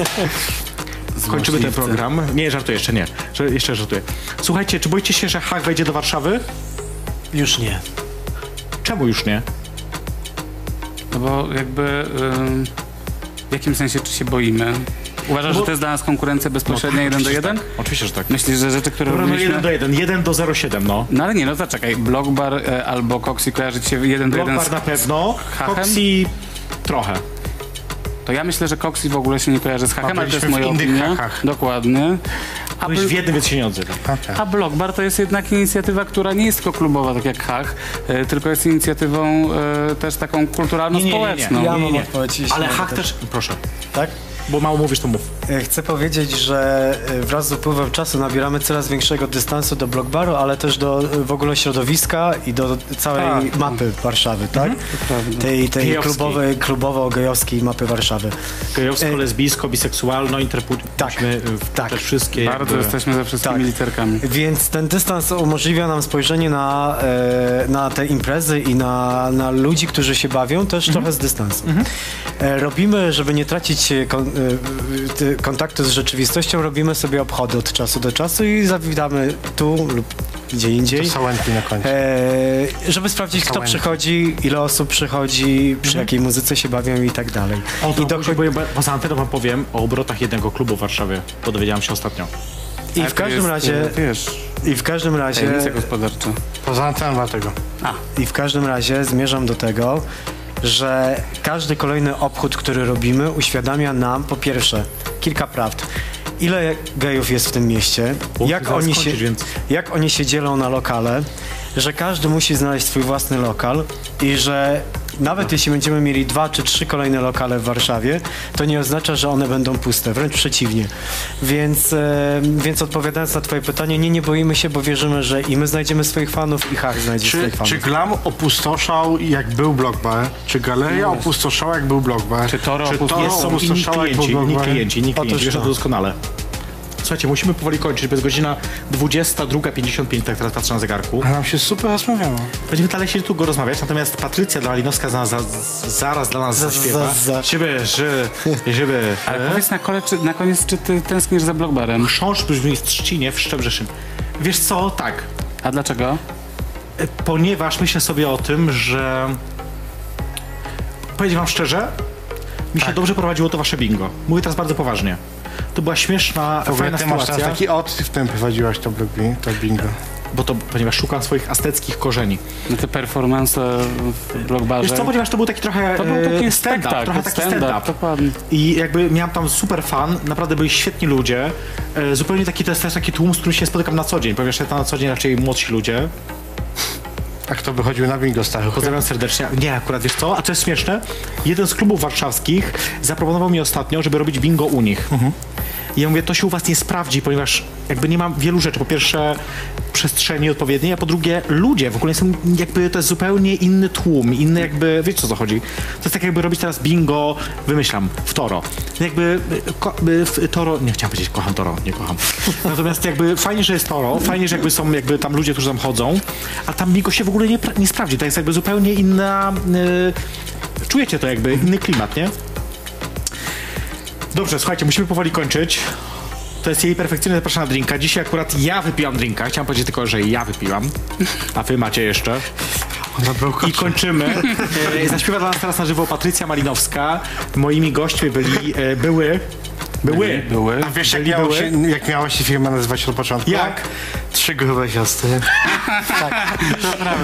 S3: Kończymy ten program. Nie, żartuję, jeszcze nie. Że- Jeszcze żartuję. Słuchajcie, czy boicie się, że Hak wejdzie do Warszawy?
S6: Już nie.
S3: Czemu już nie?
S4: No bo jakby ym, w jakim sensie czy się boimy? Uważasz,
S3: No bo-
S4: że to jest dla nas konkurencja bezpośrednia
S3: No tak,
S4: 1 do 1?
S3: oczywiście, że tak. Oczywiście, że tak.
S4: Myślisz, że rzeczy, które
S3: Dobra, no 1 do
S4: robiliśmy...
S3: 1, 1 do 07, no.
S4: No ale nie, no zaczekaj, Blockbar e, albo Coxy kojarzy ci się 1 do 1 z...
S3: Blokbar na pewno,
S4: Hachem?
S3: Coxi trochę.
S4: To ja myślę, że Coxy w ogóle się nie kojarzy z hakiem, ale to jest
S5: byliśmy w
S4: moja
S5: innych
S4: opinia.
S5: hakach.
S4: Dokładnie. A,
S3: Byłeś
S4: bl-
S3: w jednym, więc się nie odzywa.
S4: a Blockbar to jest jednak inicjatywa, która nie jest tylko klubowa, tak jak hak, e, tylko jest inicjatywą e, też taką
S3: Nie, nie, nie, nie.
S4: kulturalno-społeczną.
S6: Ja mam odpowiedź, jeśli
S3: Ale
S6: mogę
S3: Hak
S6: też.
S3: też... Proszę,
S6: Tak?
S3: bo mało mówisz, to mów.
S6: E, Chcę powiedzieć, że e, wraz z upływem czasu nabieramy coraz większego dystansu do Blockbaru, ale też do e, w ogóle środowiska i do całej
S4: Tak. Mhm.
S6: mapy Warszawy, tak?
S4: prawda.
S6: Tej, tej
S3: Gejowskiej.
S6: klubowej, klubowo-gejowskiej mapy Warszawy.
S3: Gejowsko,
S6: E,
S3: lesbijsko, biseksualno, interpłci.
S6: tak, tak.
S3: Te wszystkie
S4: Bardzo
S3: jakby-
S4: jesteśmy ze wszystkimi
S6: Tak.
S4: literkami.
S6: Więc ten dystans umożliwia nam spojrzenie na, e, na te imprezy i na, na ludzi, którzy się bawią, też trochę z dystansu. E, robimy, żeby nie tracić e, kon, e, ty- kontaktu z rzeczywistością, robimy sobie obchody od czasu do czasu i zawitamy tu lub gdzie indziej.
S5: To sałęki na końcu.
S6: E, żeby sprawdzić, kto
S5: Całe-
S6: przychodzi, ile osób przychodzi, przy jakiej muzyce się bawią i tak dalej.
S3: O, to
S6: I, do,
S3: później, bo ja ba- poza anteną wam powiem o obrotach jednego klubu w Warszawie, bo dowiedziałam się ostatnio.
S6: i w
S4: To
S6: każdym
S4: jest,
S6: razie,
S4: e, Wiesz,
S6: i w każdym razie,
S4: tajemnica gospodarcza.
S5: Poza anteną dlatego.
S6: I w każdym razie zmierzam do tego, że każdy kolejny obchód, który robimy, uświadamia nam po pierwsze kilka prawd. Ile gejów jest w tym mieście?
S3: Bo
S6: Jak
S3: zaraz
S6: oni, się,
S3: kończysz, więc-
S6: jak oni się dzielą na lokale? Że każdy musi znaleźć swój własny lokal i że nawet jeśli będziemy mieli dwa czy trzy kolejne lokale w Warszawie, to nie oznacza, że one będą puste, wręcz przeciwnie. Więc, e, więc odpowiadając na Twoje pytanie, nie, nie boimy się, bo wierzymy, że i my znajdziemy swoich fanów, i Hach znajdzie
S5: Czy,
S6: swoich fanów.
S5: e, czy Glam opustoszał jak był Blockbar? Czy Galeria opustoszała jak był Blockbar?
S4: Czy Toro
S5: Czy
S4: opustoszał?
S5: Toro
S3: Jest, są inni
S5: opustoszała jak był
S3: klienci, inni
S5: Blockbar?
S3: klienci, inni
S6: Otóż
S3: klienci, wiesz o
S6: to.
S3: to doskonale. Słuchajcie, musimy powoli kończyć, bo jest godzina 22.55, tak teraz patrzę na zegarku.
S5: A nam się super rozmawiało.
S3: Będziemy dalej się tu go rozmawiać, natomiast Patrycja Dalinowska za, za, zaraz dla nas
S6: Za-
S3: zaśpiewa.
S6: za- za.
S3: Żeby, że, żeby...
S4: Ale
S3: e?
S4: powiedz na, kole, czy, na koniec, czy ty tęsknisz za Blockbarem?
S3: Chrząszcz brzmi w Trzcinie, w Szczebrzeszyn. Wiesz co, tak,
S4: A dlaczego?
S3: ponieważ myślę sobie o tym, że powiem wam szczerze, mi
S5: Tak.
S3: się dobrze prowadziło to wasze bingo. Mówię teraz bardzo poważnie. To była śmieszna,
S5: W ogóle
S3: fajna
S5: ty masz teraz
S3: sytuacja,
S5: taki odsyp, w tym prowadziłaś to, blockbi- to bingo.
S3: bo to, ponieważ szukam swoich azteckich korzeni.
S4: No te performance w Blockbarze.
S3: Wiesz co, ponieważ to był taki trochę
S4: to był
S3: e,
S4: taki
S3: stand-up,
S4: spektakl,
S3: trochę taki stand-up.
S4: dokładnie.
S3: I jakby miałem tam super fan, naprawdę byli świetni ludzie. E, zupełnie taki, to jest też taki tłum, z którym się spotykam na co dzień, ponieważ ja tam na co dzień raczej młodsi ludzie,
S5: A kto by chodził Tak, na bingo stary?
S3: Pozdrawiam serdecznie. Nie, akurat wiesz co? A co jest śmieszne? Jeden z klubów warszawskich zaproponował mi ostatnio, żeby robić bingo u nich. I ja mówię, to się u was nie sprawdzi, ponieważ jakby nie mam wielu rzeczy. Po pierwsze przestrzeni odpowiedniej, a po drugie ludzie. W ogóle są jakby to jest zupełnie inny tłum, inny jakby, wiecie co o co chodzi. To jest tak jakby robić teraz bingo, wymyślam, w Toro. Jakby y, ko, y, w Toro, nie chciałem powiedzieć kocham Toro, nie kocham. Natomiast jakby fajnie, że jest Toro, fajnie, że jakby są jakby tam ludzie, którzy tam chodzą, a tam bingo się w ogóle nie, pra- nie sprawdzi. To jest jakby zupełnie inna, y, czujecie to jakby, inny klimat, nie? Dobrze, słuchajcie, musimy powoli kończyć. To jest jej perfekcyjne zapraszam na drinka. Dzisiaj akurat ja wypiłam drinka. Chciałam powiedzieć tylko, że ja wypiłam, a wy macie jeszcze. I kończymy. E, Zaśpiewa dla nas teraz na żywo Patrycja Malinowska. Moimi gośćmi byli, e, były, były,
S4: Były.
S5: A wiesz, jak,
S3: Byli,
S5: miało
S3: były?
S5: się, jak miała się firma nazywać od początku?
S3: Jak?
S5: Trzy grube siostry.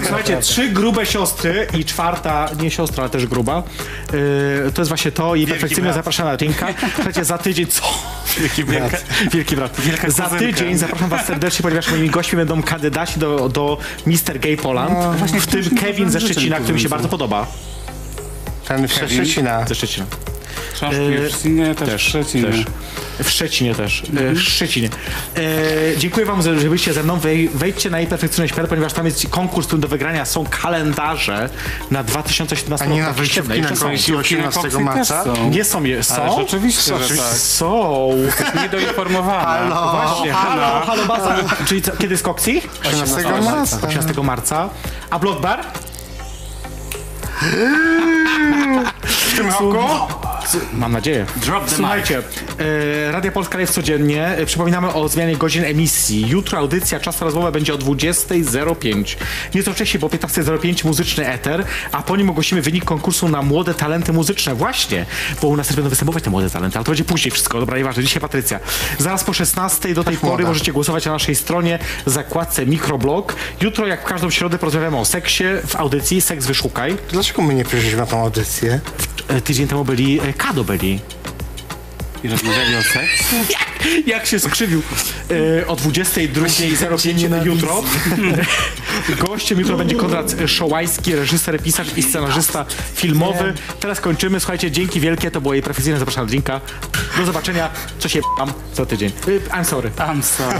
S3: Słuchajcie, trzy grube siostry i czwarta, nie siostra, ale też gruba. E, to jest właśnie to i perfekcyjne
S5: brat.
S3: zapraszam na drinka. Słuchajcie, za tydzień co? Wielki brat. Wielki brat. za
S4: kuzynka.
S3: tydzień zapraszam was serdecznie, ponieważ moimi gośćmi będą kandydaci do, do Mr. Gay Poland. w tym Kevin ze
S4: życzę
S3: Szczecina, który mi się
S4: kuzynce.
S3: bardzo podoba.
S5: Ten w Szczecina.
S3: Ze Szczecina.
S4: Książki
S3: E,
S4: w Szczecinie, też,
S3: też,
S4: w Szczecinie.
S3: też. W Szczecinie też.
S5: Mhm.
S3: E, W Szczecinie. E, dziękuję wam, że że byliście ze mną. Wej, wejdźcie na iperfekcyjność.pl, ponieważ tam jest konkurs, w którym do wygrania są kalendarze na 2017
S5: A nie na
S3: Tak,
S5: wyjściówki
S3: jeszcze
S5: na
S3: są.
S5: koniec 18
S4: Koksy też
S5: marca.
S4: są.
S3: Nie są je. Są?
S4: Ale rzeczywiście, że
S3: Oczywiście
S4: tak.
S3: Są.
S4: Niedoinformowana.
S3: Właśnie. Halo, halo, baza. Czyli co, kiedy z Koksi?
S5: 18 marca.
S3: 13 marca. A Blockbar?
S5: W tym roku?
S3: Mam nadzieję.
S4: Drop the
S3: Słuchajcie, e, Radia Polska jest codziennie. E, Przypominamy o zmianie godzin emisji. Jutro audycja Czas na rozmowę będzie o 20.05. Nieco wcześniej, bo 15.05 muzyczny eter, a po nim ogłosimy wynik konkursu na młode talenty muzyczne. Właśnie, bo u nas też będą występować te młode talenty, ale to będzie później wszystko. Dobra, nieważne. Dzisiaj Patrycja. Zaraz po 16.00 do tej
S4: Tak,
S3: pory
S5: młoda.
S3: możecie głosować na naszej stronie zakładce mikroblog. Jutro, jak w każdą środę, porozmawiamy o seksie w audycji Seks Wyszukaj.
S5: Dlaczego my nie przyszliśmy na tą audycję?
S3: E, Tydzień temu byli, e, Kado byli.
S4: I rozmawiali o seksie?
S3: Jak się skrzywił. E, o 22.05 jutro. Gościem jutro będzie Konrad Szołajski, reżyser, pisarz i scenarzysta filmowy. Teraz kończymy. Słuchajcie, dzięki wielkie. To było jej prefizyjne. Zapraszam na drinka. Do zobaczenia. Co się p***am za tydzień. E, I'm sorry.
S4: I'm sorry.